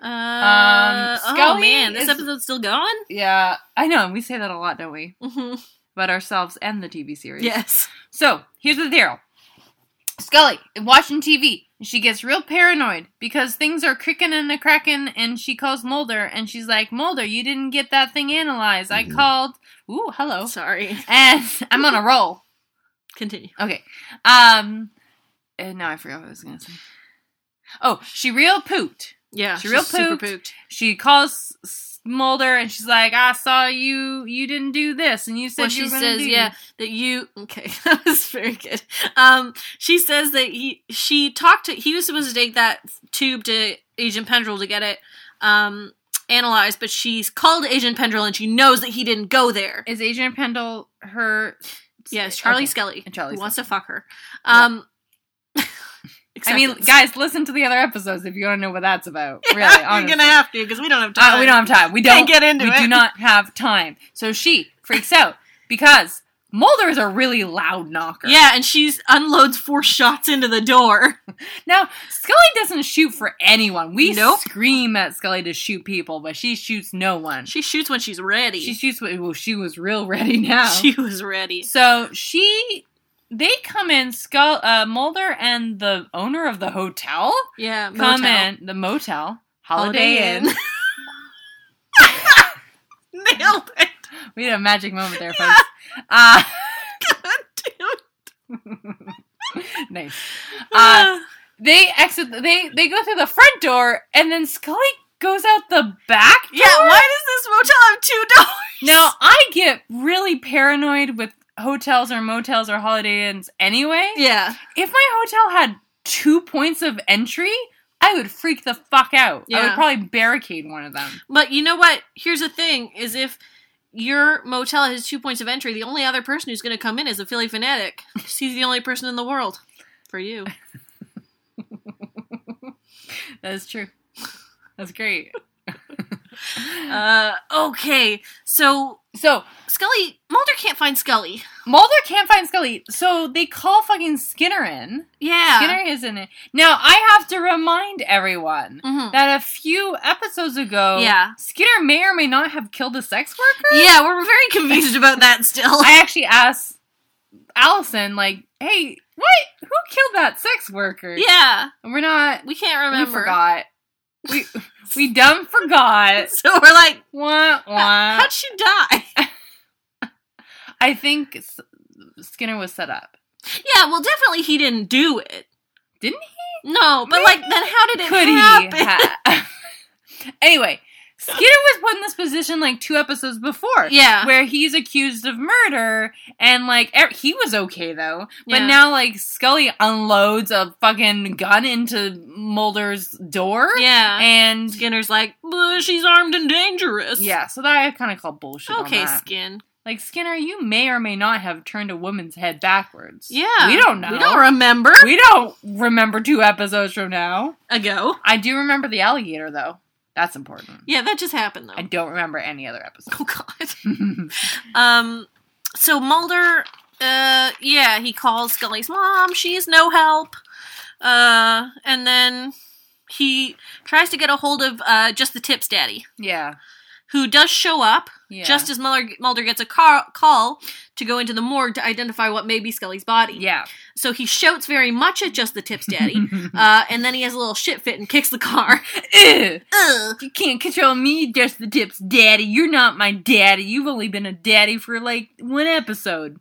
[SPEAKER 2] Uh, oh
[SPEAKER 1] Scully
[SPEAKER 2] man, this
[SPEAKER 1] is-
[SPEAKER 2] episode's still going. [LAUGHS]
[SPEAKER 1] Yeah, I know. We say that a lot, don't we?
[SPEAKER 2] Mm-hmm.
[SPEAKER 1] About ourselves and the TV series.
[SPEAKER 2] Yes.
[SPEAKER 1] So here's the deal. Scully is watching TV and she gets real paranoid because things are cricking and a cracking and she calls Mulder and she's like, Mulder, you didn't get that thing analyzed. I
[SPEAKER 2] Mm-hmm.
[SPEAKER 1] called Ooh, hello.
[SPEAKER 2] Sorry.
[SPEAKER 1] And [LAUGHS] I'm on a roll.
[SPEAKER 2] Continue.
[SPEAKER 1] Okay. Um and now I forgot what I was gonna say. Oh, she real pooped.
[SPEAKER 2] Yeah,
[SPEAKER 1] She real
[SPEAKER 2] she's super
[SPEAKER 1] pooped.
[SPEAKER 2] pooped.
[SPEAKER 1] She calls S- Mulder and she's like, I saw you you didn't do this and you said
[SPEAKER 2] well,
[SPEAKER 1] you
[SPEAKER 2] she
[SPEAKER 1] were gonna
[SPEAKER 2] says,
[SPEAKER 1] do
[SPEAKER 2] yeah, that you okay. [LAUGHS] That was very good. Um, she says that he she talked to he was supposed to take that tube to Agent Pendrell to get it um analyzed, but she's called Agent Pendrell and she knows that he didn't go there.
[SPEAKER 1] Is Adrian Pendle her
[SPEAKER 2] Yes, Charlie
[SPEAKER 1] Okay.
[SPEAKER 2] Skelly
[SPEAKER 1] And Charlie
[SPEAKER 2] who wants to fuck her. Um, [LAUGHS]
[SPEAKER 1] I mean,
[SPEAKER 2] acceptance.
[SPEAKER 1] guys, listen to the other episodes if you want to know what that's
[SPEAKER 2] [LAUGHS]
[SPEAKER 1] about. really,
[SPEAKER 2] you're
[SPEAKER 1] honestly.
[SPEAKER 2] gonna have to because we don't have time.
[SPEAKER 1] Uh, we don't have time. We don't
[SPEAKER 2] Can't get into
[SPEAKER 1] we
[SPEAKER 2] it.
[SPEAKER 1] do not have time. So she freaks out because Mulder is a really loud knocker.
[SPEAKER 2] Yeah, and she's unloads four shots into the door. [LAUGHS]
[SPEAKER 1] Now, Scully doesn't shoot for anyone. We
[SPEAKER 2] Nope.
[SPEAKER 1] scream at Scully to shoot people, but she shoots no one.
[SPEAKER 2] She shoots when she's ready.
[SPEAKER 1] She shoots. Well, she was real [LAUGHS] ready now.
[SPEAKER 2] She was ready.
[SPEAKER 1] so she, they come in. Skull, uh, Mulder and the owner of the hotel
[SPEAKER 2] Yeah,
[SPEAKER 1] come
[SPEAKER 2] motel.
[SPEAKER 1] in. The motel, Holiday, Inn.
[SPEAKER 2] [LAUGHS] Nailed it.
[SPEAKER 1] We had a magic moment
[SPEAKER 2] [LAUGHS]
[SPEAKER 1] there, folks. Uh, nice. Uh, they exit. They they go through the front door, and then Scully goes out the back.
[SPEAKER 2] yeah, why does this motel have two doors?
[SPEAKER 1] Now I get really paranoid with hotels or motels or Holiday Inns. Anyway,
[SPEAKER 2] Yeah,
[SPEAKER 1] if my hotel had two points of entry, I would freak the fuck out. I would
[SPEAKER 2] Yeah.
[SPEAKER 1] probably barricade one of
[SPEAKER 2] [LAUGHS]
[SPEAKER 1] them.
[SPEAKER 2] but you know what? Here's the thing: is if your motel has two points of entry, the only other person who's going to come in is a Philly fanatic. 'Cause He's the only person in the world for you.
[SPEAKER 1] That is true. That's great.
[SPEAKER 2] Uh, okay, so
[SPEAKER 1] So
[SPEAKER 2] Scully Mulder can't find Scully.
[SPEAKER 1] Mulder can't find Scully, so they call fucking Skinner in.
[SPEAKER 2] Yeah.
[SPEAKER 1] Skinner isn't it. Now I have to remind everyone
[SPEAKER 2] Mhm.
[SPEAKER 1] that a few episodes ago,
[SPEAKER 2] Yeah.
[SPEAKER 1] Skinner may or may not have killed a sex
[SPEAKER 2] [LAUGHS]
[SPEAKER 1] worker.
[SPEAKER 2] Yeah, we're very confused about that [LAUGHS] still.
[SPEAKER 1] I actually asked Allison, like, "Hey, what? Who killed that sex worker?"
[SPEAKER 2] yeah,
[SPEAKER 1] And we're not.
[SPEAKER 2] we can't remember.
[SPEAKER 1] We forgot. We we dumb forgot.
[SPEAKER 2] [LAUGHS] So we're like,
[SPEAKER 1] Wah, wah.
[SPEAKER 2] [LAUGHS] how'd she die?
[SPEAKER 1] I think S- Skinner was set up.
[SPEAKER 2] Yeah, well, definitely he didn't do it.
[SPEAKER 1] Didn't
[SPEAKER 2] he? No, but like, then how did it
[SPEAKER 1] Could
[SPEAKER 2] happen?
[SPEAKER 1] he? Ha- [LAUGHS] anyway, Skinner was put in this position like two episodes before.
[SPEAKER 2] Yeah.
[SPEAKER 1] Where he's accused of murder and like er- he was okay though. But
[SPEAKER 2] Yeah.
[SPEAKER 1] now like Scully unloads a fucking gun into Mulder's door.
[SPEAKER 2] [LAUGHS] Yeah.
[SPEAKER 1] And
[SPEAKER 2] Skinner's like, "Well, she's armed and dangerous.
[SPEAKER 1] yeah, so that I kind of call bullshit. on
[SPEAKER 2] Okay,
[SPEAKER 1] that.
[SPEAKER 2] Skin.
[SPEAKER 1] Like Skinner, you may or may not have turned a woman's head backwards.
[SPEAKER 2] Yeah.
[SPEAKER 1] we don't know.
[SPEAKER 2] We don't remember.
[SPEAKER 1] We don't remember two episodes from now.
[SPEAKER 2] [LAUGHS] Ago.
[SPEAKER 1] I do remember the alligator though. That's important.
[SPEAKER 2] Yeah, that just happened though.
[SPEAKER 1] I Mm-hmm. don't remember any other episode.
[SPEAKER 2] [LAUGHS] Oh
[SPEAKER 1] [LAUGHS]
[SPEAKER 2] God. um. So Mulder. Uh. Yeah. He calls Scully's mom. She is no help. Uh. And then he tries to get a hold of uh just the tips daddy
[SPEAKER 1] yeah,
[SPEAKER 2] who does show up
[SPEAKER 1] Yeah.
[SPEAKER 2] just as Mulder, Mulder gets a car- call to go into the morgue to identify what may be Scully's body.
[SPEAKER 1] yeah.
[SPEAKER 2] So he shouts very much at just the tips
[SPEAKER 1] [LAUGHS]
[SPEAKER 2] daddy, uh, and then he has a little shit fit and kicks the car. [LAUGHS]
[SPEAKER 1] Ugh.
[SPEAKER 2] Ugh.
[SPEAKER 1] You can't control me, just the tips, daddy. You're not my daddy. You've only been a daddy for like one episode.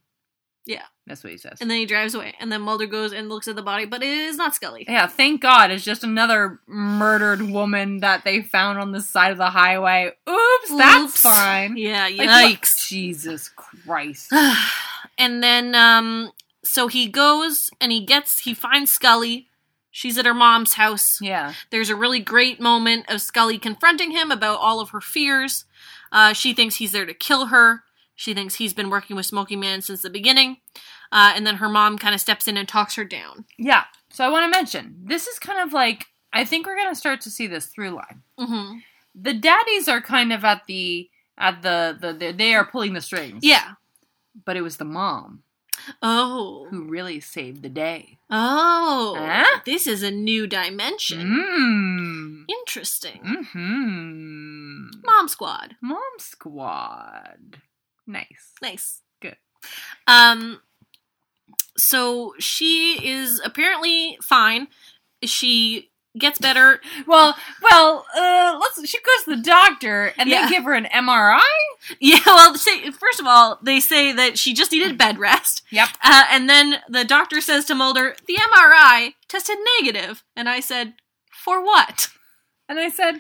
[SPEAKER 2] Yeah.
[SPEAKER 1] That's what he says.
[SPEAKER 2] And then he drives away, and then Mulder goes and looks at the body, but it is not Scully.
[SPEAKER 1] yeah, thank God it's just another murdered woman that they found on the side of the highway. Oops, that's
[SPEAKER 2] Oops.
[SPEAKER 1] fine.
[SPEAKER 2] Yeah,
[SPEAKER 1] Like, what-
[SPEAKER 2] yikes.
[SPEAKER 1] Jesus [SIGHS] Christ.
[SPEAKER 2] and then um so he goes and he gets he finds Scully. She's at her mom's house.
[SPEAKER 1] yeah.
[SPEAKER 2] There's a really great moment of Scully confronting him about all of her fears. Uh, she thinks he's there to kill her. She thinks he's been working with Smoking Man since the beginning. Uh, and then her mom kind of steps in and talks her down.
[SPEAKER 1] Yeah. So I want to mention this is kind of like, I think we're going to start to see this through line.
[SPEAKER 2] Mm-hmm.
[SPEAKER 1] The daddies are kind of at the, at the, the, the they are pulling the strings.
[SPEAKER 2] Yeah.
[SPEAKER 1] But it was the mom.
[SPEAKER 2] Oh.
[SPEAKER 1] who really saved the day.
[SPEAKER 2] Oh.
[SPEAKER 1] Huh? Mm-hmm.
[SPEAKER 2] This is a new dimension.
[SPEAKER 1] Mmm.
[SPEAKER 2] Interesting.
[SPEAKER 1] hmm
[SPEAKER 2] Mom squad.
[SPEAKER 1] Mom squad. Nice.
[SPEAKER 2] Nice.
[SPEAKER 1] Good.
[SPEAKER 2] Um so she is apparently fine. She gets better.
[SPEAKER 1] Well, well, uh, let's. She goes to the doctor, and
[SPEAKER 2] Yeah.
[SPEAKER 1] they give her an MRI.
[SPEAKER 2] Yeah, [LAUGHS] well, say, first of all, they say that she just needed bed rest.
[SPEAKER 1] Yep.
[SPEAKER 2] Uh, and then the doctor says to Mulder, "The MRI tested negative." And I said, "For what?" [LAUGHS]
[SPEAKER 1] And I said,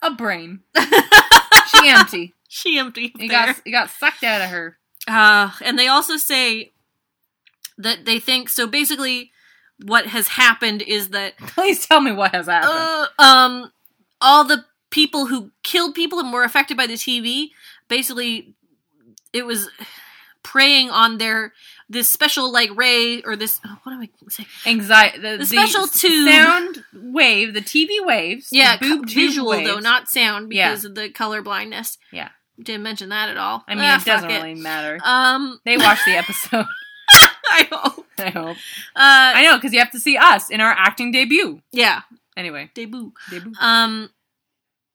[SPEAKER 1] a brain. she empty.
[SPEAKER 2] She empty
[SPEAKER 1] It
[SPEAKER 2] there.
[SPEAKER 1] got it got sucked out of her.
[SPEAKER 2] Uh, and they also say that they think so. Basically, what has happened is
[SPEAKER 1] [LAUGHS]
[SPEAKER 2] that
[SPEAKER 1] Please tell me what has happened.
[SPEAKER 2] uh, um, all the people who killed people and were affected by the TV, basically, it was preying on their this special like ray or this oh, what am I saying?
[SPEAKER 1] Anxiety. The,
[SPEAKER 2] the special
[SPEAKER 1] s-
[SPEAKER 2] tube-
[SPEAKER 1] sound wave, the TV waves. the
[SPEAKER 2] Yeah,
[SPEAKER 1] boob
[SPEAKER 2] co-
[SPEAKER 1] tube
[SPEAKER 2] visual
[SPEAKER 1] waves.
[SPEAKER 2] though, not sound
[SPEAKER 1] Yeah.
[SPEAKER 2] because of the color blindness.
[SPEAKER 1] Yeah.
[SPEAKER 2] Didn't mention that at all.
[SPEAKER 1] I mean,
[SPEAKER 2] Ah,
[SPEAKER 1] it doesn't
[SPEAKER 2] fuck
[SPEAKER 1] really matter.
[SPEAKER 2] Um, [LAUGHS]
[SPEAKER 1] they watch the episode. [LAUGHS]
[SPEAKER 2] I hope.
[SPEAKER 1] I hope.
[SPEAKER 2] Uh,
[SPEAKER 1] I know, because you have to see us in our acting debut.
[SPEAKER 2] yeah,
[SPEAKER 1] Anyway,
[SPEAKER 2] debut.
[SPEAKER 1] debut.
[SPEAKER 2] Um,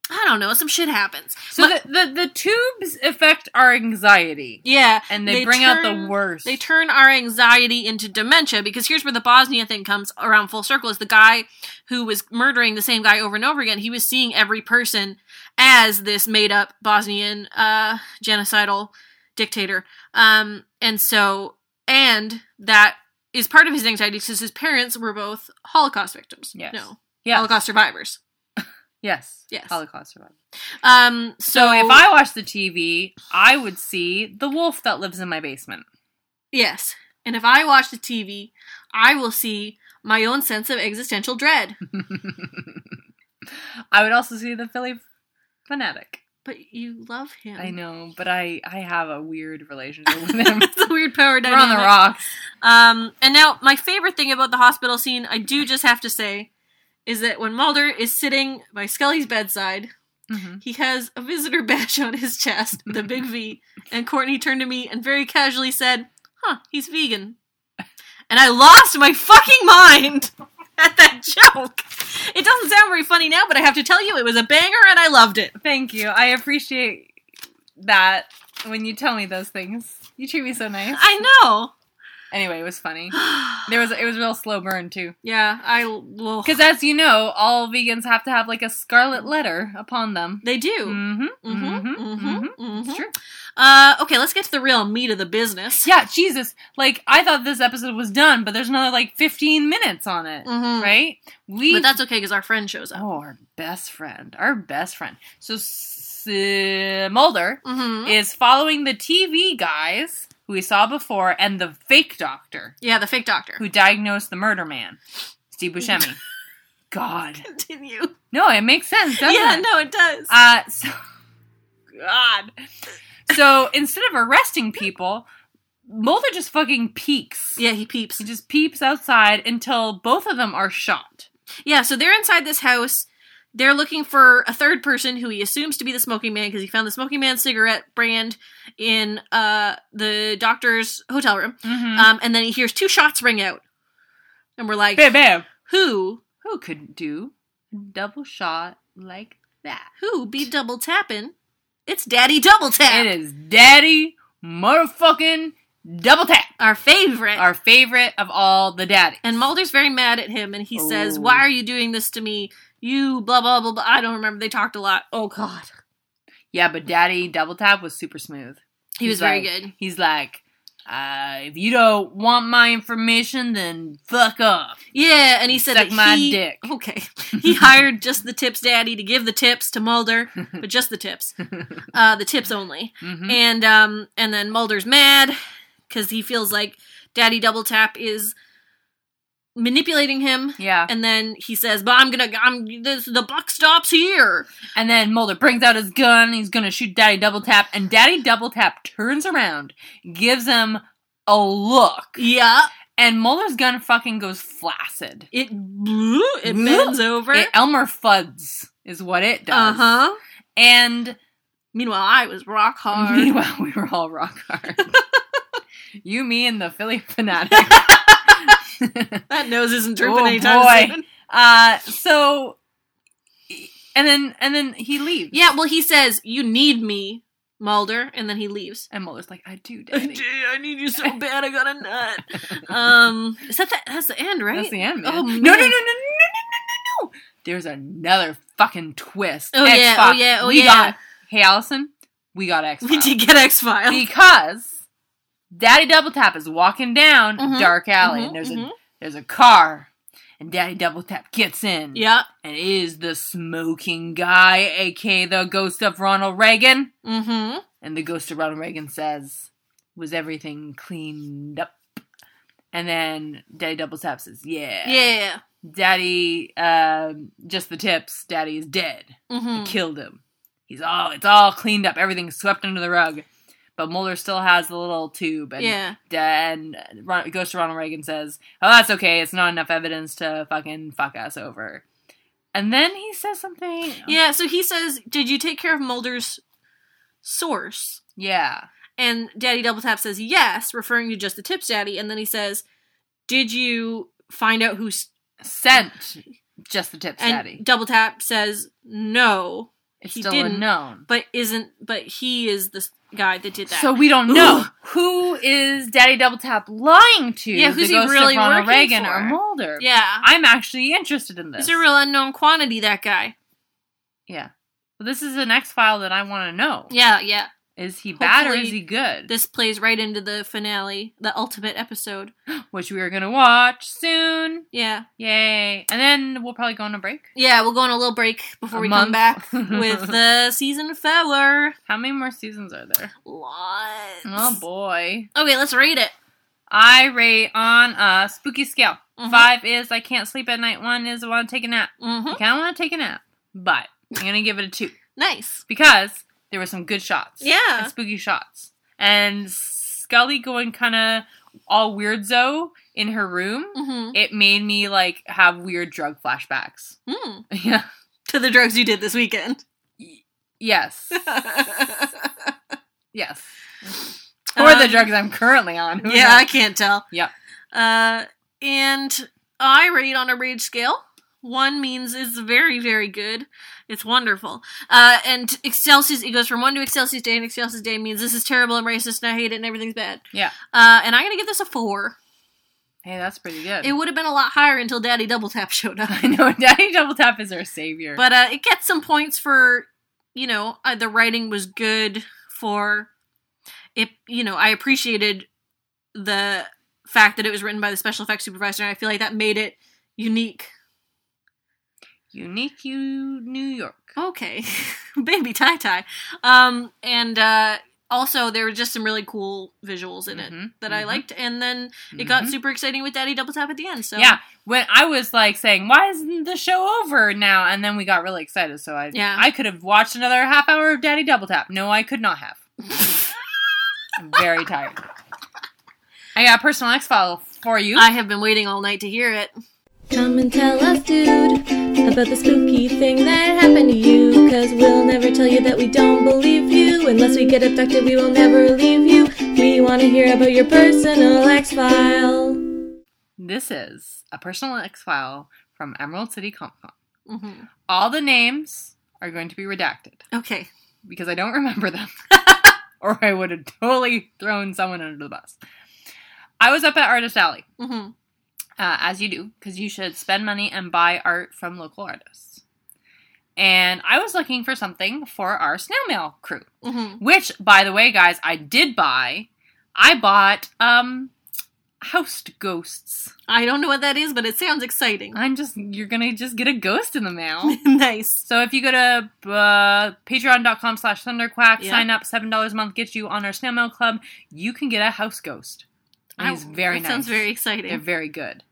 [SPEAKER 2] I don't know. Some shit happens.
[SPEAKER 1] So the, the the tubes affect our anxiety,
[SPEAKER 2] Yeah,
[SPEAKER 1] and they, bring out the
[SPEAKER 2] turn-
[SPEAKER 1] worst.
[SPEAKER 2] They turn our anxiety into dementia because here's where the Bosnia thing comes around full circle. Is the guy who was murdering the same guy over and over again? He was seeing every person as this made up Bosnian uh, genocidal dictator, um, and so and that is part of his anxiety because his parents were both Holocaust victims.
[SPEAKER 1] Yes.
[SPEAKER 2] No,
[SPEAKER 1] yes.
[SPEAKER 2] Holocaust survivors.
[SPEAKER 1] Yes.
[SPEAKER 2] Yes.
[SPEAKER 1] Holocaust survivor.
[SPEAKER 2] Um, so,
[SPEAKER 1] So if I watched the TV, I would see the wolf that lives in my basement.
[SPEAKER 2] Yes. And if I watch the TV, I will see my own sense of existential dread.
[SPEAKER 1] Hmm. I would also see the Philly fanatic.
[SPEAKER 2] But you love him. [LAUGHS]
[SPEAKER 1] I know, but I I have a weird relationship with him.
[SPEAKER 2] it's a weird power
[SPEAKER 1] We're on
[SPEAKER 2] dynamic.
[SPEAKER 1] the rocks.
[SPEAKER 2] Um, and now my favorite thing about the hospital scene, I do just have to say, is that when Mulder is sitting by Scully's bedside,
[SPEAKER 1] Mhm.
[SPEAKER 2] he has a visitor [LAUGHS] badge on his chest, the big V. And Courtney turned to me and very casually said, "Huh, he's vegan." And I lost my fucking mind [LAUGHS] at that joke. It doesn't sound very funny now, but I have to tell you, it was a banger, and I loved it.
[SPEAKER 1] Thank you. I appreciate that when you tell me those things. You treat me so nice.
[SPEAKER 2] I know. [SIGHS]
[SPEAKER 1] Anyway, it was funny. There was it was a real slow burn too.
[SPEAKER 2] Yeah, I will.
[SPEAKER 1] Because as you know, all vegans have to have like a scarlet letter upon them.
[SPEAKER 2] They do.
[SPEAKER 1] Mm-hmm.
[SPEAKER 2] Mm-hmm. Mm-hmm. Mm-hmm.
[SPEAKER 1] It's true.
[SPEAKER 2] Uh, okay, let's get to the real meat of the business.
[SPEAKER 1] Yeah, Jesus. Like I thought this episode was done, but there's another like 15 minutes on it,
[SPEAKER 2] Mhm.
[SPEAKER 1] right? We
[SPEAKER 2] But that's okay because our friend shows up.
[SPEAKER 1] oh our best friend, our best friend. So S- uh, Mulder
[SPEAKER 2] Mm-hmm.
[SPEAKER 1] is following the TV guys who we saw before and the fake doctor
[SPEAKER 2] Yeah, the fake
[SPEAKER 1] [LAUGHS]
[SPEAKER 2] doctor.
[SPEAKER 1] who diagnosed the murder man, Steve
[SPEAKER 2] [LAUGHS]
[SPEAKER 1] Buscemi. God,
[SPEAKER 2] Continue.
[SPEAKER 1] no, it makes sense, doesn't
[SPEAKER 2] yeah,
[SPEAKER 1] it?
[SPEAKER 2] no, it does.
[SPEAKER 1] Uh, so, God. So instead of arresting people, Mulder just fucking peeks.
[SPEAKER 2] yeah, he peeps.
[SPEAKER 1] He just peeps outside until both of them are shot.
[SPEAKER 2] Yeah, so they're inside this house. They're looking for a third person who he assumes to be the smoking man because he found the smoking man cigarette brand in uh, the doctor's hotel room.
[SPEAKER 1] Mm-hmm.
[SPEAKER 2] Um, and then he hears two shots ring out. And we're like,
[SPEAKER 1] Bam, bam.
[SPEAKER 2] who?
[SPEAKER 1] Who could do a double shot like that?
[SPEAKER 2] Who be double tapping It's Daddy Double Tap.
[SPEAKER 1] It is Daddy motherfucking Double Tap.
[SPEAKER 2] Our favorite.
[SPEAKER 1] Our favorite of all the daddies.
[SPEAKER 2] and Mulder's very mad at him and he says,
[SPEAKER 1] Oh.
[SPEAKER 2] Why are you doing this to me? You blah blah blah blah. I don't remember. They talked a lot. Oh god.
[SPEAKER 1] Yeah, but Daddy Double Tap was super smooth.
[SPEAKER 2] He
[SPEAKER 1] He's
[SPEAKER 2] was very
[SPEAKER 1] like-
[SPEAKER 2] good.
[SPEAKER 1] He's like, uh, if you don't want my information, then fuck off.
[SPEAKER 2] Yeah, and he said
[SPEAKER 1] Suck
[SPEAKER 2] that
[SPEAKER 1] my
[SPEAKER 2] he-
[SPEAKER 1] dick.
[SPEAKER 2] [LAUGHS]
[SPEAKER 1] [LAUGHS]
[SPEAKER 2] Okay, he hired just the tips daddy to give the tips to Mulder, but just
[SPEAKER 1] [LAUGHS]
[SPEAKER 2] the tips, uh, the tips only.
[SPEAKER 1] Mhm.
[SPEAKER 2] And um, and then Mulder's mad because he feels like Daddy Double Tap is manipulating him.
[SPEAKER 1] Yeah.
[SPEAKER 2] And then he says, "But I'm gonna, I'm this. The buck stops here."
[SPEAKER 1] And then Mulder brings out his gun. He's gonna shoot Daddy Double Tap, and Daddy Double Tap turns around, gives him a look,
[SPEAKER 2] Yeah,
[SPEAKER 1] and Mulder's gun fucking goes flaccid.
[SPEAKER 2] it it bends over.
[SPEAKER 1] It Elmer Fuds is what it
[SPEAKER 2] Uh
[SPEAKER 1] does.
[SPEAKER 2] huh.
[SPEAKER 1] And
[SPEAKER 2] Meanwhile, I was rock
[SPEAKER 1] [LAUGHS]
[SPEAKER 2] hard.
[SPEAKER 1] meanwhile, we were all rock hard. [LAUGHS] you, me, and the Philly fanatic.
[SPEAKER 2] [LAUGHS]
[SPEAKER 1] [LAUGHS]
[SPEAKER 2] that nose isn't drooping
[SPEAKER 1] Oh,
[SPEAKER 2] anytime
[SPEAKER 1] boy.
[SPEAKER 2] soon.
[SPEAKER 1] uh, so, and then and then he leaves.
[SPEAKER 2] Yeah, well, he says, "You need me, Mulder," and then he [LAUGHS] leaves.
[SPEAKER 1] And Mulder's like, I do,
[SPEAKER 2] I
[SPEAKER 1] Daddy.
[SPEAKER 2] did, I need you [LAUGHS] so bad. I got a nut. [LAUGHS] Um, is that the, that's the end, right?
[SPEAKER 1] That's the end, man.
[SPEAKER 2] Oh,
[SPEAKER 1] no, no, no, no, no,
[SPEAKER 2] man.
[SPEAKER 1] no, no, no, no. There's another fucking twist.
[SPEAKER 2] Oh, yeah,
[SPEAKER 1] X-Files.
[SPEAKER 2] oh, yeah, oh,
[SPEAKER 1] we
[SPEAKER 2] yeah.
[SPEAKER 1] Got, hey, Allison, we got X.
[SPEAKER 2] [LAUGHS] We did get X Files.
[SPEAKER 1] because Daddy Double Tap is walking down
[SPEAKER 2] Mhm,
[SPEAKER 1] a dark alley,
[SPEAKER 2] mhm,
[SPEAKER 1] and there's
[SPEAKER 2] mhm.
[SPEAKER 1] a there's a car, and Daddy Double Tap gets in.
[SPEAKER 2] [LAUGHS] Yeah.
[SPEAKER 1] and is the smoking guy, aka the ghost of Ronald Reagan.
[SPEAKER 2] Mm-hmm.
[SPEAKER 1] And the ghost of Ronald Reagan says, Was everything cleaned up? And then Daddy Double Tap says, Yeah.
[SPEAKER 2] Yeah.
[SPEAKER 1] Daddy, um, just the tips, Daddy is dead. I
[SPEAKER 2] Mm-hmm.
[SPEAKER 1] killed him. He's all, it's all cleaned up. Everything's swept under the rug. But Mulder still has the little tube. And,
[SPEAKER 2] Yeah.
[SPEAKER 1] And Ron, Ghost of Ronald Reagan says, Oh, that's okay. It's not enough evidence to fucking fuck us over. And then he says something.
[SPEAKER 2] Yeah. So he says, "Did you take care of Mulder's source?"
[SPEAKER 1] Yeah.
[SPEAKER 2] And Daddy Double Tap says, "Yes," referring to just the tips, Daddy. And then he says, "Did you find out who's?"
[SPEAKER 1] Sent just the tips,
[SPEAKER 2] And
[SPEAKER 1] Daddy.
[SPEAKER 2] Double Tap says, "No."
[SPEAKER 1] It's
[SPEAKER 2] he
[SPEAKER 1] still
[SPEAKER 2] didn't.
[SPEAKER 1] unknown.
[SPEAKER 2] but isn't but he is the s- guy that did that.
[SPEAKER 1] So we don't
[SPEAKER 2] Ooh.
[SPEAKER 1] know who is Daddy Double Tap lying to.
[SPEAKER 2] Yeah, who's
[SPEAKER 1] the
[SPEAKER 2] he
[SPEAKER 1] ghost
[SPEAKER 2] really
[SPEAKER 1] of Ronald
[SPEAKER 2] working
[SPEAKER 1] Reagan
[SPEAKER 2] for?
[SPEAKER 1] or Mulder?
[SPEAKER 2] yeah,
[SPEAKER 1] I'm actually interested in this.
[SPEAKER 2] he's a real unknown quantity. That guy.
[SPEAKER 1] yeah. Well, this is an X file that I want to know.
[SPEAKER 2] Yeah, yeah.
[SPEAKER 1] Is he bad or
[SPEAKER 2] Hopefully
[SPEAKER 1] is he good?
[SPEAKER 2] This plays right into the finale, the ultimate episode.
[SPEAKER 1] Which we are gonna watch soon.
[SPEAKER 2] Yeah,
[SPEAKER 1] Yay! And then we'll probably go on a break.
[SPEAKER 2] yeah. We'll go on a little break before
[SPEAKER 1] A
[SPEAKER 2] we come
[SPEAKER 1] month. [LAUGHS]
[SPEAKER 2] back with the season four.
[SPEAKER 1] How many more seasons are there?
[SPEAKER 2] Lots.
[SPEAKER 1] Oh boy!
[SPEAKER 2] Okay, let's rate it.
[SPEAKER 1] I rate on a spooky scale.
[SPEAKER 2] Mhm.
[SPEAKER 1] Five is I can't sleep at night. One is I want to take a nap.
[SPEAKER 2] hmm
[SPEAKER 1] I kind of want to take a nap, but I'm gonna give it a two.
[SPEAKER 2] Nice.
[SPEAKER 1] because there were some good shots.
[SPEAKER 2] Yeah.
[SPEAKER 1] And spooky shots. And Scully going kind of all weirdo in her room.
[SPEAKER 2] hmm
[SPEAKER 1] [LAUGHS] It made me like have weird drug flashbacks. [LAUGHS]
[SPEAKER 2] Mm.
[SPEAKER 1] Yeah.
[SPEAKER 2] To the drugs you did this weekend. [LAUGHS]
[SPEAKER 1] Yes.
[SPEAKER 2] yeah, [LAUGHS]
[SPEAKER 1] yes. Or the
[SPEAKER 2] Um,
[SPEAKER 1] drugs I'm currently on. Who
[SPEAKER 2] I
[SPEAKER 1] knows?
[SPEAKER 2] can't tell.
[SPEAKER 1] Yeah.
[SPEAKER 2] Uh, and I rate on a rage scale. One means it's very, very good. It's wonderful. Uh, and Excelsis, it goes from one to Excelsis Day, and Excelsis Day means this is terrible and racist, and I hate it, and everything's bad.
[SPEAKER 1] Yeah.
[SPEAKER 2] Uh, and I'm going to give this a four.
[SPEAKER 1] Hey, that's pretty good.
[SPEAKER 2] It would have been a lot higher until Daddy Double Tap showed up.
[SPEAKER 1] [LAUGHS] I know Daddy Double Tap is our savior.
[SPEAKER 2] But uh, it gets some points for, you know, uh, the writing was good for it. You know, I appreciated the fact that it was written by the special effects supervisor, and I feel like that made it unique.
[SPEAKER 1] Unique you New York.
[SPEAKER 2] Oh, Okay, [LAUGHS] baby tie tie. Um, and uh, also there were just some really cool visuals in it
[SPEAKER 1] Mhm,
[SPEAKER 2] that I
[SPEAKER 1] mhm,
[SPEAKER 2] liked, and then it got
[SPEAKER 1] mhm.
[SPEAKER 2] super exciting with Daddy Double Tap at the end. So
[SPEAKER 1] Yeah, when I was like saying, "Why isn't the show over now?" and then we got really excited, so I
[SPEAKER 2] Yeah.
[SPEAKER 1] I could have watched another half hour of Daddy Double Tap. No, I could not have.
[SPEAKER 2] [LAUGHS]
[SPEAKER 1] I'm very tired. I got a personal X file for you.
[SPEAKER 2] I have been waiting all night to hear it.
[SPEAKER 3] Come and tell us, dude, about the spooky thing that happened to you. Cause we'll never tell you that we don't believe you. Unless we get abducted, we will never leave you. We want to hear about your personal X file.
[SPEAKER 1] this is a personal X file from Emerald City Comic Con.
[SPEAKER 2] hmm
[SPEAKER 1] All the names are going to be redacted.
[SPEAKER 2] Okay,
[SPEAKER 1] because I don't [LAUGHS] remember them, or I would have totally thrown someone under the bus. I was up at Artist Alley,
[SPEAKER 2] Mm-hmm.
[SPEAKER 1] uh, as you do, because you should spend money and buy art from local artists. And I was looking for something for our snail mail crew,
[SPEAKER 2] Mm-hmm.
[SPEAKER 1] which, by the way, guys, I did buy. I bought um, house ghosts.
[SPEAKER 2] I don't know what that is, but it sounds exciting.
[SPEAKER 1] I'm just you're gonna just get a ghost in the mail.
[SPEAKER 2] [LAUGHS]
[SPEAKER 1] [LAUGHS]
[SPEAKER 2] Oh. nice.
[SPEAKER 1] So if you go to uh, patreon.com slash thunderquack,
[SPEAKER 2] Yeah.
[SPEAKER 1] sign up, $7 a month gets you on our snail mail club, you can get a house ghost. And It's
[SPEAKER 2] Oh,
[SPEAKER 1] very
[SPEAKER 2] that
[SPEAKER 1] nice.
[SPEAKER 2] Sounds very exciting.
[SPEAKER 1] They're very good.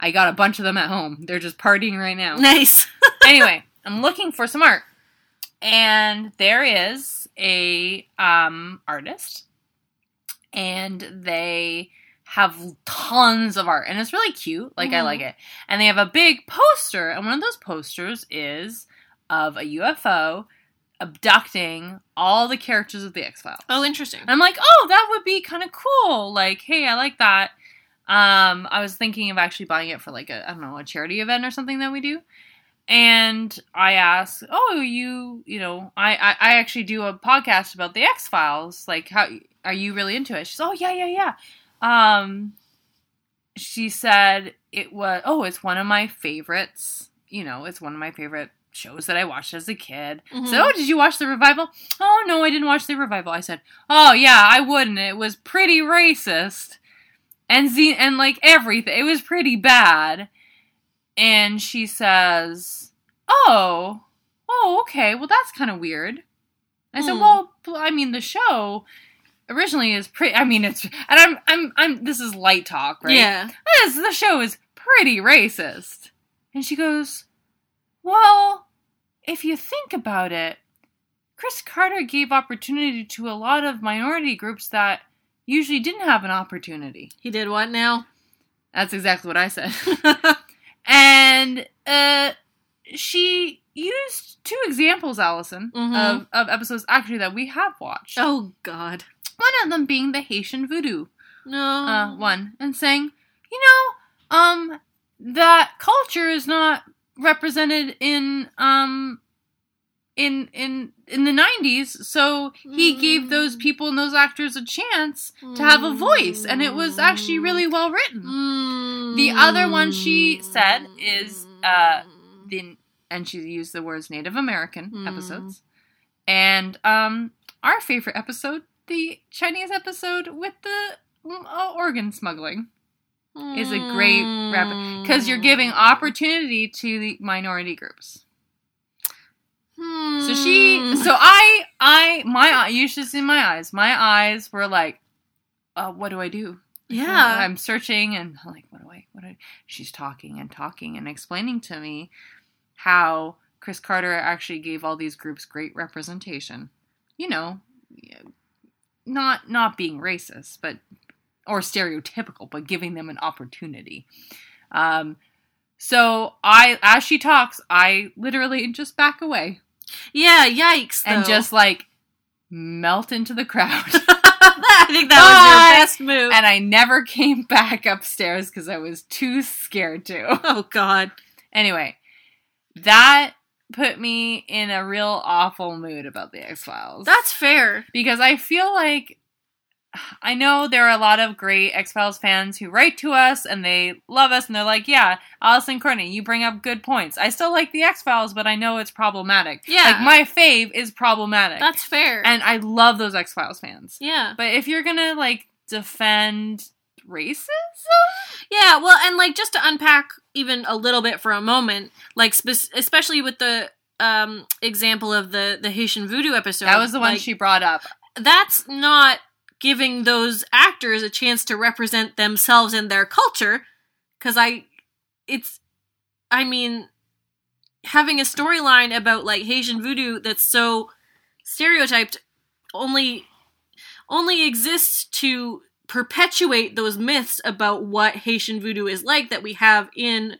[SPEAKER 1] I got a bunch of them at home. They're just partying right
[SPEAKER 2] [LAUGHS]
[SPEAKER 1] now.
[SPEAKER 2] nice.
[SPEAKER 1] anyway, I'm looking for some art. And there is a um, artist. And they have tons of art. And it's really cute. Like, I
[SPEAKER 2] Mhm.
[SPEAKER 1] like it. And they have a big poster. And one of those posters is of a UFO abducting all the characters of the X Files.
[SPEAKER 2] Oh, interesting.
[SPEAKER 1] I'm like, oh, that would be kind of cool. Like, hey, I like that. Um, I was thinking of actually buying it for like a I don't know a charity event or something that we do. And I asked, oh, you, you know, I, I, I actually do a podcast about the X Files. Like, how are you really into it? She's, oh yeah, yeah, yeah. Um, she said it was, oh, it's one of my favorites. You know, it's one of my favorite shows that I watched as a kid.
[SPEAKER 2] Mhm.
[SPEAKER 1] So, oh, did you watch the revival? Oh no, I didn't watch the revival. I said, oh yeah, I wouldn't. It was pretty racist, and ze- and like everything, it was pretty bad. And she says, oh, oh, okay. Well, that's kind of weird. I said,
[SPEAKER 2] Hmm.
[SPEAKER 1] well, I mean, the show originally is pretty. I mean, it's and I'm I'm I'm. This is light talk, right?
[SPEAKER 2] Yeah.
[SPEAKER 1] this the show is pretty racist. And she goes, Well, if you think about it, Chris Carter gave opportunity to a lot of minority groups that usually didn't have an opportunity.
[SPEAKER 2] He did what now?
[SPEAKER 1] That's exactly what I
[SPEAKER 2] [LAUGHS]
[SPEAKER 1] said. and uh, she used two examples, Allison,
[SPEAKER 2] Mhm.
[SPEAKER 1] of, of episodes actually that we have watched.
[SPEAKER 2] Oh God.
[SPEAKER 1] One of them being the Haitian voodoo
[SPEAKER 2] No. Um,
[SPEAKER 1] uh, one and saying, you know, um, that culture is not represented in um in in in the 90s so
[SPEAKER 2] Mm.
[SPEAKER 1] he gave those people and those actors a chance to have a voice and it was actually really well written
[SPEAKER 2] Mm.
[SPEAKER 1] the other one she said is, uh, the, and she used the words native american
[SPEAKER 2] Mm.
[SPEAKER 1] episodes and um our favorite episode the chinese episode with the mm, uh, organ smuggling is a great rep-
[SPEAKER 2] Hmm.
[SPEAKER 1] because you're giving opportunity to the minority groups. So she,
[SPEAKER 2] Hmm.
[SPEAKER 1] so I, I, my, eye- you should see my eyes. My eyes were like, uh, what do I do?
[SPEAKER 2] yeah.
[SPEAKER 1] Oh, I'm searching and I'm like, what do I, what do I? She's talking and talking and explaining to me how Chris Carter actually gave all these groups great representation. You know, not not being racist, but or stereotypical, but giving them an opportunity. Um, so I, as she talks, I literally just back away
[SPEAKER 2] yeah. Yikes.
[SPEAKER 1] and
[SPEAKER 2] though.
[SPEAKER 1] just like melt into the crowd.
[SPEAKER 2] [LAUGHS]
[SPEAKER 1] [LAUGHS]
[SPEAKER 2] I think that
[SPEAKER 1] Bye.
[SPEAKER 2] was your best move.
[SPEAKER 1] [LAUGHS] and I never came back upstairs because I was too scared to. [LAUGHS]
[SPEAKER 2] oh God.
[SPEAKER 1] anyway, that put me in a real awful mood about the X Files.
[SPEAKER 2] That's fair.
[SPEAKER 1] because I feel like I know there are a lot of great X Files fans who write to us and they love us and they're like, yeah, Allison Courtney, you bring up good points. I still like the X Files, but I know it's problematic. Like,
[SPEAKER 2] Yeah.
[SPEAKER 1] my fave is problematic.
[SPEAKER 2] That's fair.
[SPEAKER 1] and I love those X Files fans.
[SPEAKER 2] yeah.
[SPEAKER 1] But if you're gonna like defend racism,
[SPEAKER 2] Yeah. Well, and like just to unpack even a little bit for a moment, like spe- especially with the um example of the the Haitian voodoo episode.
[SPEAKER 1] that was the one
[SPEAKER 2] like,
[SPEAKER 1] she brought up.
[SPEAKER 2] That's not giving those actors a chance to represent themselves and their culture, because I, it's, I mean, having a storyline about like Haitian voodoo that's so stereotyped only only exists to perpetuate those myths about what Haitian voodoo is like that we have in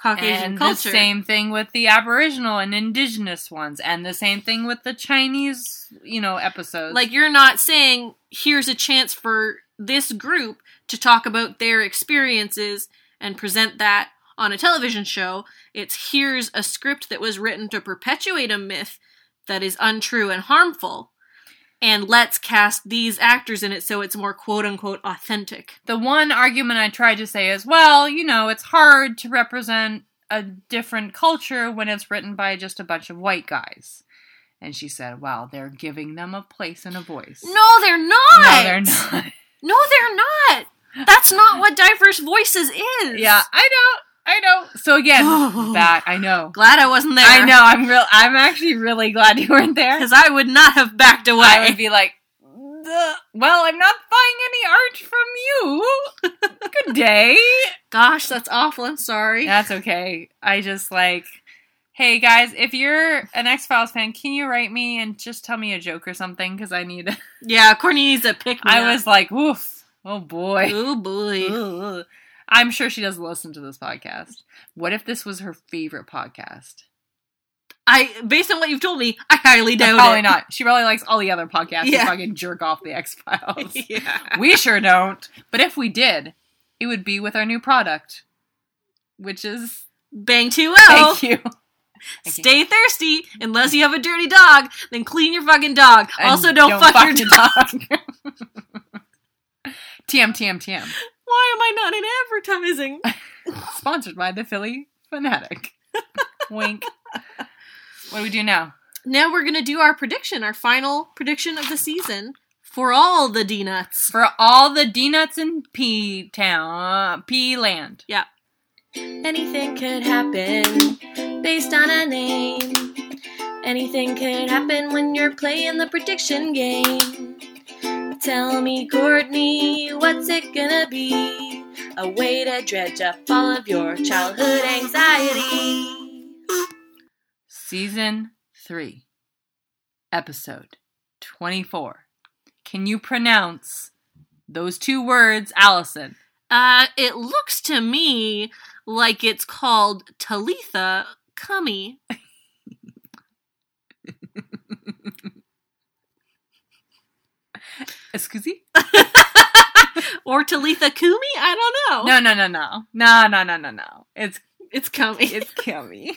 [SPEAKER 2] Caucasian
[SPEAKER 1] and
[SPEAKER 2] culture.
[SPEAKER 1] the same thing with the Aboriginal and Indigenous ones, and the same thing with the Chinese, you know, episodes.
[SPEAKER 2] Like you're not saying here's a chance for this group to talk about their experiences and present that on a television show. It's here's a script that was written to perpetuate a myth that is untrue and harmful, and let's cast these actors in it so it's more quote unquote authentic.
[SPEAKER 1] The one argument I tried to say is, well, you know, it's hard to represent a different culture when it's written by just a bunch of white guys. And she said, well, they're giving them a place and a voice.
[SPEAKER 2] No, they're not.
[SPEAKER 1] no they're not.
[SPEAKER 2] No, they're not. That's not what diverse voices
[SPEAKER 1] [LAUGHS]
[SPEAKER 2] is.
[SPEAKER 1] yeah, I know. I know. So
[SPEAKER 2] [LAUGHS]
[SPEAKER 1] again, that I know.
[SPEAKER 2] Glad I wasn't there.
[SPEAKER 1] I know. I'm real. I'm actually really glad you weren't there.
[SPEAKER 2] because I would not have backed away.
[SPEAKER 1] I would be like, "Duh. well, I'm not buying any art from you. Good day.
[SPEAKER 2] Gosh, that's awful. I'm
[SPEAKER 1] [LAUGHS]
[SPEAKER 2] sorry.
[SPEAKER 1] That's okay. I just like, hey guys, if you're an X Files fan, can you write me and just tell me a joke or something? Because I need. [LAUGHS]
[SPEAKER 2] yeah, Courtney needs a pick. Me
[SPEAKER 1] I was like, woof. Oh boy.
[SPEAKER 2] Oh boy.
[SPEAKER 1] Ugh. I'm sure she doesn't listen to this podcast. What if this was her favorite podcast?
[SPEAKER 2] I based on what you've told me, I highly doubt
[SPEAKER 1] Probably [LAUGHS]
[SPEAKER 2] it.
[SPEAKER 1] not. She probably likes all the other podcasts
[SPEAKER 2] Yeah.
[SPEAKER 1] that fucking jerk off the X [LAUGHS] Files.
[SPEAKER 2] [LAUGHS] yeah.
[SPEAKER 1] we sure don't. But if we did, it would be with our new product, which is
[SPEAKER 2] Bang too well.
[SPEAKER 1] thank you. you.
[SPEAKER 2] Stay thirsty unless you have a dirty dog. Then clean your fucking dog.
[SPEAKER 1] And
[SPEAKER 2] also, don't, fuck, your dog.
[SPEAKER 1] [LAUGHS] TM TM TM.
[SPEAKER 2] [LAUGHS] Why am I not in
[SPEAKER 1] [LAUGHS]
[SPEAKER 2] advertising?
[SPEAKER 1] Sponsored by the Philly Fanatic. [LAUGHS] Wink. What do we do now?
[SPEAKER 2] now we're gonna do our prediction, our final prediction of the season for all the D nuts.
[SPEAKER 1] For all the D nuts in P Town, P Land.
[SPEAKER 2] Yeah.
[SPEAKER 3] Anything could happen based on a name. Anything could happen when you're playing the prediction game. Tell me, Courtney, what's it gonna be? A way to dredge up all of your childhood anxiety.
[SPEAKER 1] Season 3, Episode 24. Can you pronounce those two words, Allison?
[SPEAKER 2] Uh, it looks to me like it's called Talitha Cummy.
[SPEAKER 1] Excuse me?
[SPEAKER 2] Or Talitha Kumi? I don't know.
[SPEAKER 1] No, no, no, no. No, no, no, no, no. It's
[SPEAKER 2] It's Kumi.
[SPEAKER 1] it's [LAUGHS] Kimmy.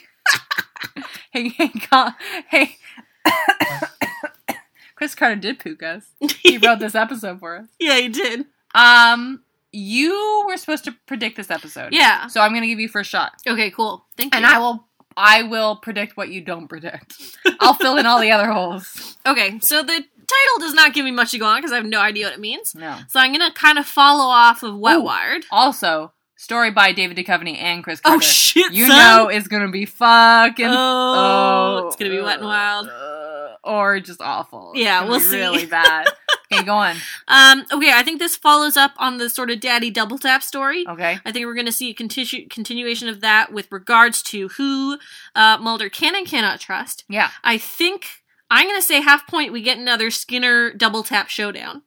[SPEAKER 1] hey, hey, Col- hey. [COUGHS] Chris Carter did pook us. He wrote this episode for us.
[SPEAKER 2] [LAUGHS] yeah, you did.
[SPEAKER 1] Um, you were supposed to predict this episode.
[SPEAKER 2] Yeah.
[SPEAKER 1] So I'm gonna give you first shot.
[SPEAKER 2] Okay, cool. Thank
[SPEAKER 1] and
[SPEAKER 2] you.
[SPEAKER 1] I will I will predict what you don't [LAUGHS] predict. I'll fill in all the other holes.
[SPEAKER 2] okay, so the title does not give me much to go on because I have no idea what it means.
[SPEAKER 1] No.
[SPEAKER 2] So I'm gonna kind of follow off of Wet
[SPEAKER 1] Ooh.
[SPEAKER 2] Wired.
[SPEAKER 1] Also, story by David Duchovny and Chris
[SPEAKER 2] Oh
[SPEAKER 1] Carter.
[SPEAKER 2] shit!
[SPEAKER 1] You
[SPEAKER 2] son.
[SPEAKER 1] know it's gonna be fucking
[SPEAKER 2] Oh, it's gonna be wet and wild.
[SPEAKER 1] uh, or just awful. It's
[SPEAKER 2] Yeah,
[SPEAKER 1] gonna
[SPEAKER 2] we'll
[SPEAKER 1] be
[SPEAKER 2] see.
[SPEAKER 1] [LAUGHS] Really bad. okay, go on.
[SPEAKER 2] Um, okay, I think this follows up on the sort of daddy double tap story.
[SPEAKER 1] Okay.
[SPEAKER 2] I think we're going to see a continu- continuation of that with regards to who uh, Mulder can and cannot trust.
[SPEAKER 1] Yeah.
[SPEAKER 2] I think I'm going to say half point. We get another Skinner double tap showdown.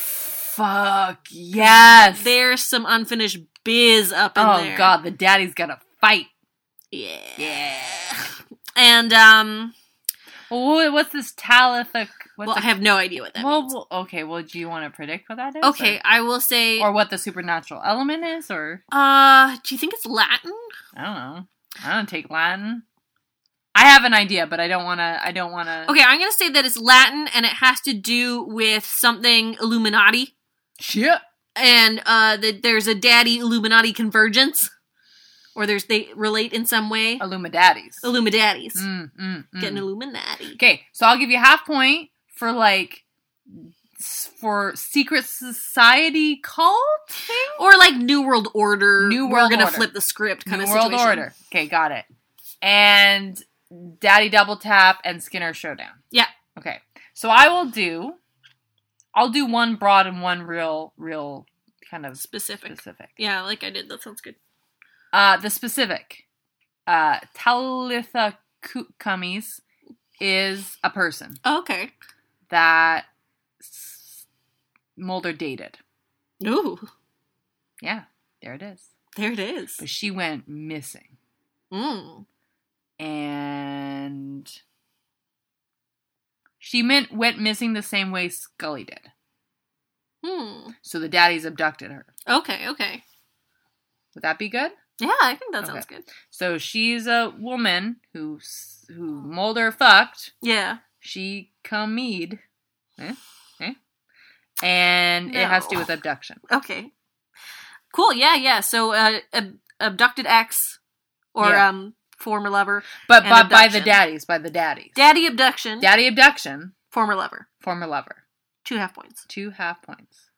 [SPEAKER 1] Fuck yes.
[SPEAKER 2] There's some unfinished biz up in
[SPEAKER 1] oh
[SPEAKER 2] there.
[SPEAKER 1] god, the daddy's gonna fight.
[SPEAKER 2] Yeah.
[SPEAKER 1] Yeah.
[SPEAKER 2] And um,
[SPEAKER 1] Oh, what's this Talitha? What's
[SPEAKER 2] well, I
[SPEAKER 1] the-
[SPEAKER 2] have no idea what that
[SPEAKER 1] well,
[SPEAKER 2] means.
[SPEAKER 1] well, okay. Well, do you want to predict what that is?
[SPEAKER 2] Okay, I will say.
[SPEAKER 1] Or, or what the supernatural element is, or
[SPEAKER 2] uh, do you think it's Latin?
[SPEAKER 1] I don't know. I don't take Latin. I have an idea, but I don't want to. I don't want to.
[SPEAKER 2] Okay, I'm going to say that it's Latin and it has to do with something Illuminati.
[SPEAKER 1] Shit.
[SPEAKER 2] and uh that there's a daddy illuminati convergence or there's they relate in some way
[SPEAKER 1] Illuminati's.
[SPEAKER 2] illuminati's
[SPEAKER 1] Oh. Mm, mm, mm.
[SPEAKER 2] getting illuminati
[SPEAKER 1] Okay, so I'll give you half point for like s- for secret society cult thing,
[SPEAKER 2] or like new world order
[SPEAKER 1] New
[SPEAKER 2] we're
[SPEAKER 1] World
[SPEAKER 2] gonna
[SPEAKER 1] Order.
[SPEAKER 2] flip the script kind
[SPEAKER 1] New
[SPEAKER 2] of
[SPEAKER 1] World
[SPEAKER 2] situation.
[SPEAKER 1] Order. Okay, got it. And Daddy Double Tap and Skinner Showdown.
[SPEAKER 2] Yeah.
[SPEAKER 1] Okay, so I will do. I'll do one broad and one real, real kind of
[SPEAKER 2] specific
[SPEAKER 1] specific.
[SPEAKER 2] yeah like i did that sounds good
[SPEAKER 1] Uh, the specific, uh, Talitha Cu- Cummies is a person
[SPEAKER 2] okay
[SPEAKER 1] that s- Mulder dated.
[SPEAKER 2] ooh
[SPEAKER 1] Yeah, there it is.
[SPEAKER 2] there it is
[SPEAKER 1] But she went missing.
[SPEAKER 2] mm.
[SPEAKER 1] And she meant went missing the same way Scully did.
[SPEAKER 2] hmm
[SPEAKER 1] So the daddies abducted her.
[SPEAKER 2] okay okay
[SPEAKER 1] Would that be good?
[SPEAKER 2] Yeah, I think that sounds good.
[SPEAKER 1] So she's a woman who s- who Mulder fucked.
[SPEAKER 2] Yeah.
[SPEAKER 1] She commied, eh? Eh? and it has to do
[SPEAKER 2] No.
[SPEAKER 1] with abduction.
[SPEAKER 2] Okay. Cool. Yeah, yeah. So uh, ab- abducted ex or
[SPEAKER 1] Yeah.
[SPEAKER 2] um former lover.
[SPEAKER 1] But
[SPEAKER 2] And
[SPEAKER 1] by, by the
[SPEAKER 2] abduction.
[SPEAKER 1] daddies, by the daddies,
[SPEAKER 2] Daddy abduction.
[SPEAKER 1] daddy abduction,
[SPEAKER 2] former lover.
[SPEAKER 1] former lover,
[SPEAKER 2] Two half points.
[SPEAKER 1] two half points.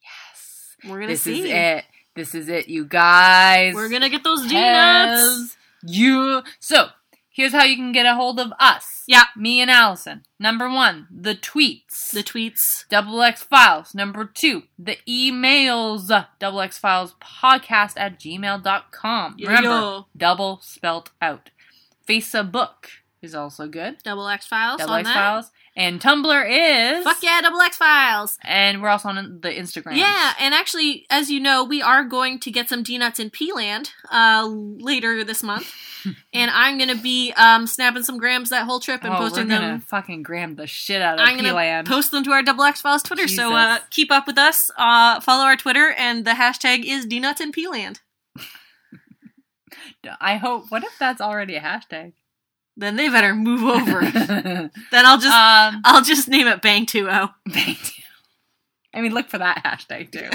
[SPEAKER 1] Yes,
[SPEAKER 2] We're going to
[SPEAKER 1] this
[SPEAKER 2] see.
[SPEAKER 1] is it. This is it, you guys.
[SPEAKER 2] We're going to get those D nuts.
[SPEAKER 1] Hells, You. So here's how you can get a hold of us.
[SPEAKER 2] Yeah.
[SPEAKER 1] me and Allison. Number one, the tweets.
[SPEAKER 2] The tweets.
[SPEAKER 1] Double X Files. Number two, the emails. Double X Files podcast at gmail.com.
[SPEAKER 2] Yo,
[SPEAKER 1] Remember,
[SPEAKER 2] yo.
[SPEAKER 1] double spelt out. Facebook is also good.
[SPEAKER 2] Double X Files
[SPEAKER 1] Double
[SPEAKER 2] on
[SPEAKER 1] X
[SPEAKER 2] that.
[SPEAKER 1] Files. And Tumblr is.
[SPEAKER 2] Fuck yeah, Double X Files.
[SPEAKER 1] And we're also on the Instagram.
[SPEAKER 2] Yeah, and actually, as you know, we are going to get some D nuts in P Land uh, later this month,
[SPEAKER 1] [LAUGHS]
[SPEAKER 2] and I'm gonna be um, snapping some grams that whole trip and
[SPEAKER 1] Oh,
[SPEAKER 2] posting
[SPEAKER 1] we're gonna
[SPEAKER 2] them.
[SPEAKER 1] fucking gram the shit out of
[SPEAKER 2] I'm gonna
[SPEAKER 1] P-Land.
[SPEAKER 2] post them to our Double X Files Twitter. So uh,
[SPEAKER 1] Jesus.
[SPEAKER 2] keep up with us. Uh, follow our Twitter, and the hashtag is D nuts in P Land.
[SPEAKER 1] I hope. What if that's already a hashtag? [LAUGHS]
[SPEAKER 2] Then they better move over. then I'll just
[SPEAKER 1] um,
[SPEAKER 2] I'll just name it Bang Two O.
[SPEAKER 1] [LAUGHS] Thank you. I mean, look for that hashtag too.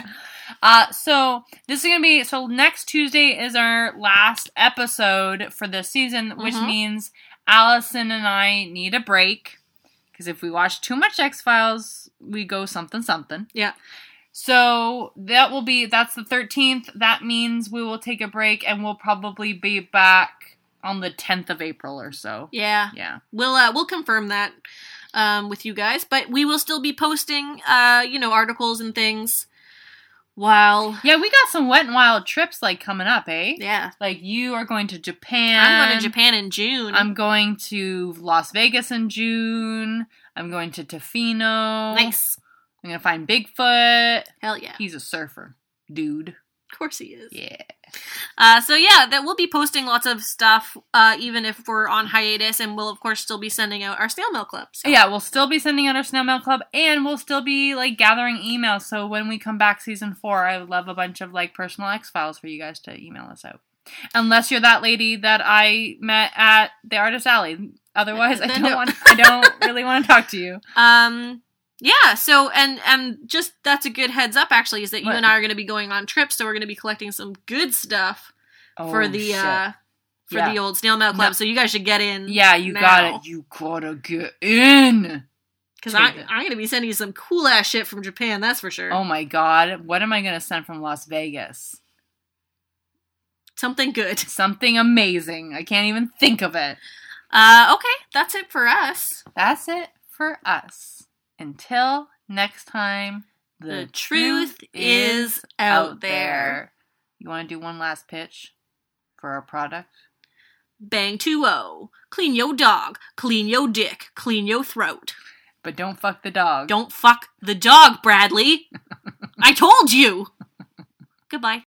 [SPEAKER 1] Uh, so this is gonna be so next Tuesday is our last episode for this season, which
[SPEAKER 2] Mhm.
[SPEAKER 1] means Allison and I need a break because if we watch too much X Files, we go something something.
[SPEAKER 2] Yeah.
[SPEAKER 1] So that will be that's the thirteenth. That means we will take a break and we'll probably be back on the tenth of April or so.
[SPEAKER 2] Yeah.
[SPEAKER 1] Yeah.
[SPEAKER 2] We'll uh, we'll confirm that um, with you guys, but we will still be posting uh, you know articles and things while
[SPEAKER 1] Yeah, we got some wet and wild trips like coming up, eh?
[SPEAKER 2] yeah.
[SPEAKER 1] Like you are going to Japan.
[SPEAKER 2] I'm going to Japan in June.
[SPEAKER 1] Um, I'm going to Las Vegas in June. I'm going to Tofino.
[SPEAKER 2] nice.
[SPEAKER 1] I'm gonna find Bigfoot.
[SPEAKER 2] Hell yeah.
[SPEAKER 1] He's a surfer, dude.
[SPEAKER 2] Of course he is.
[SPEAKER 1] Yeah.
[SPEAKER 2] Uh, so yeah, that we'll be posting lots of stuff, uh, even if we're on hiatus, and we'll of course still be sending out our snail mail clips.
[SPEAKER 1] Yeah, we'll still be sending out our snail mail club and we'll still be like gathering emails. So when we come back season four, I would love a bunch of like personal X files for you guys to email us out. Unless you're that lady that I met at the artist alley. Otherwise I
[SPEAKER 2] Then
[SPEAKER 1] don't
[SPEAKER 2] [LAUGHS] no.
[SPEAKER 1] want I don't really want to talk to you.
[SPEAKER 2] Um, yeah. So and and just that's a good heads up actually is that you
[SPEAKER 1] What?
[SPEAKER 2] and I are going to be going on trips, so we're going to be collecting some good stuff for
[SPEAKER 1] Oh,
[SPEAKER 2] the
[SPEAKER 1] shit.
[SPEAKER 2] uh for
[SPEAKER 1] Yeah.
[SPEAKER 2] the old snail mail club.
[SPEAKER 1] No.
[SPEAKER 2] So you guys should get in.
[SPEAKER 1] Yeah, you got it. You gotta get in.
[SPEAKER 2] Because
[SPEAKER 1] Take
[SPEAKER 2] I
[SPEAKER 1] it.
[SPEAKER 2] I'm gonna be sending you some cool ass shit from Japan. That's for sure.
[SPEAKER 1] Oh my god, what am I gonna send from Las Vegas?
[SPEAKER 2] Something good.
[SPEAKER 1] Something amazing. I can't even think of it.
[SPEAKER 2] Uh, okay, that's it for us.
[SPEAKER 1] That's it for us. Until next time, the,
[SPEAKER 2] The, truth, is out there.
[SPEAKER 1] You wanna do one last pitch for our product?
[SPEAKER 2] Bang 2-0. Clean your dog. Clean your dick. Clean your throat.
[SPEAKER 1] But don't fuck the dog.
[SPEAKER 2] Don't fuck the dog, Bradley. I told you. Goodbye.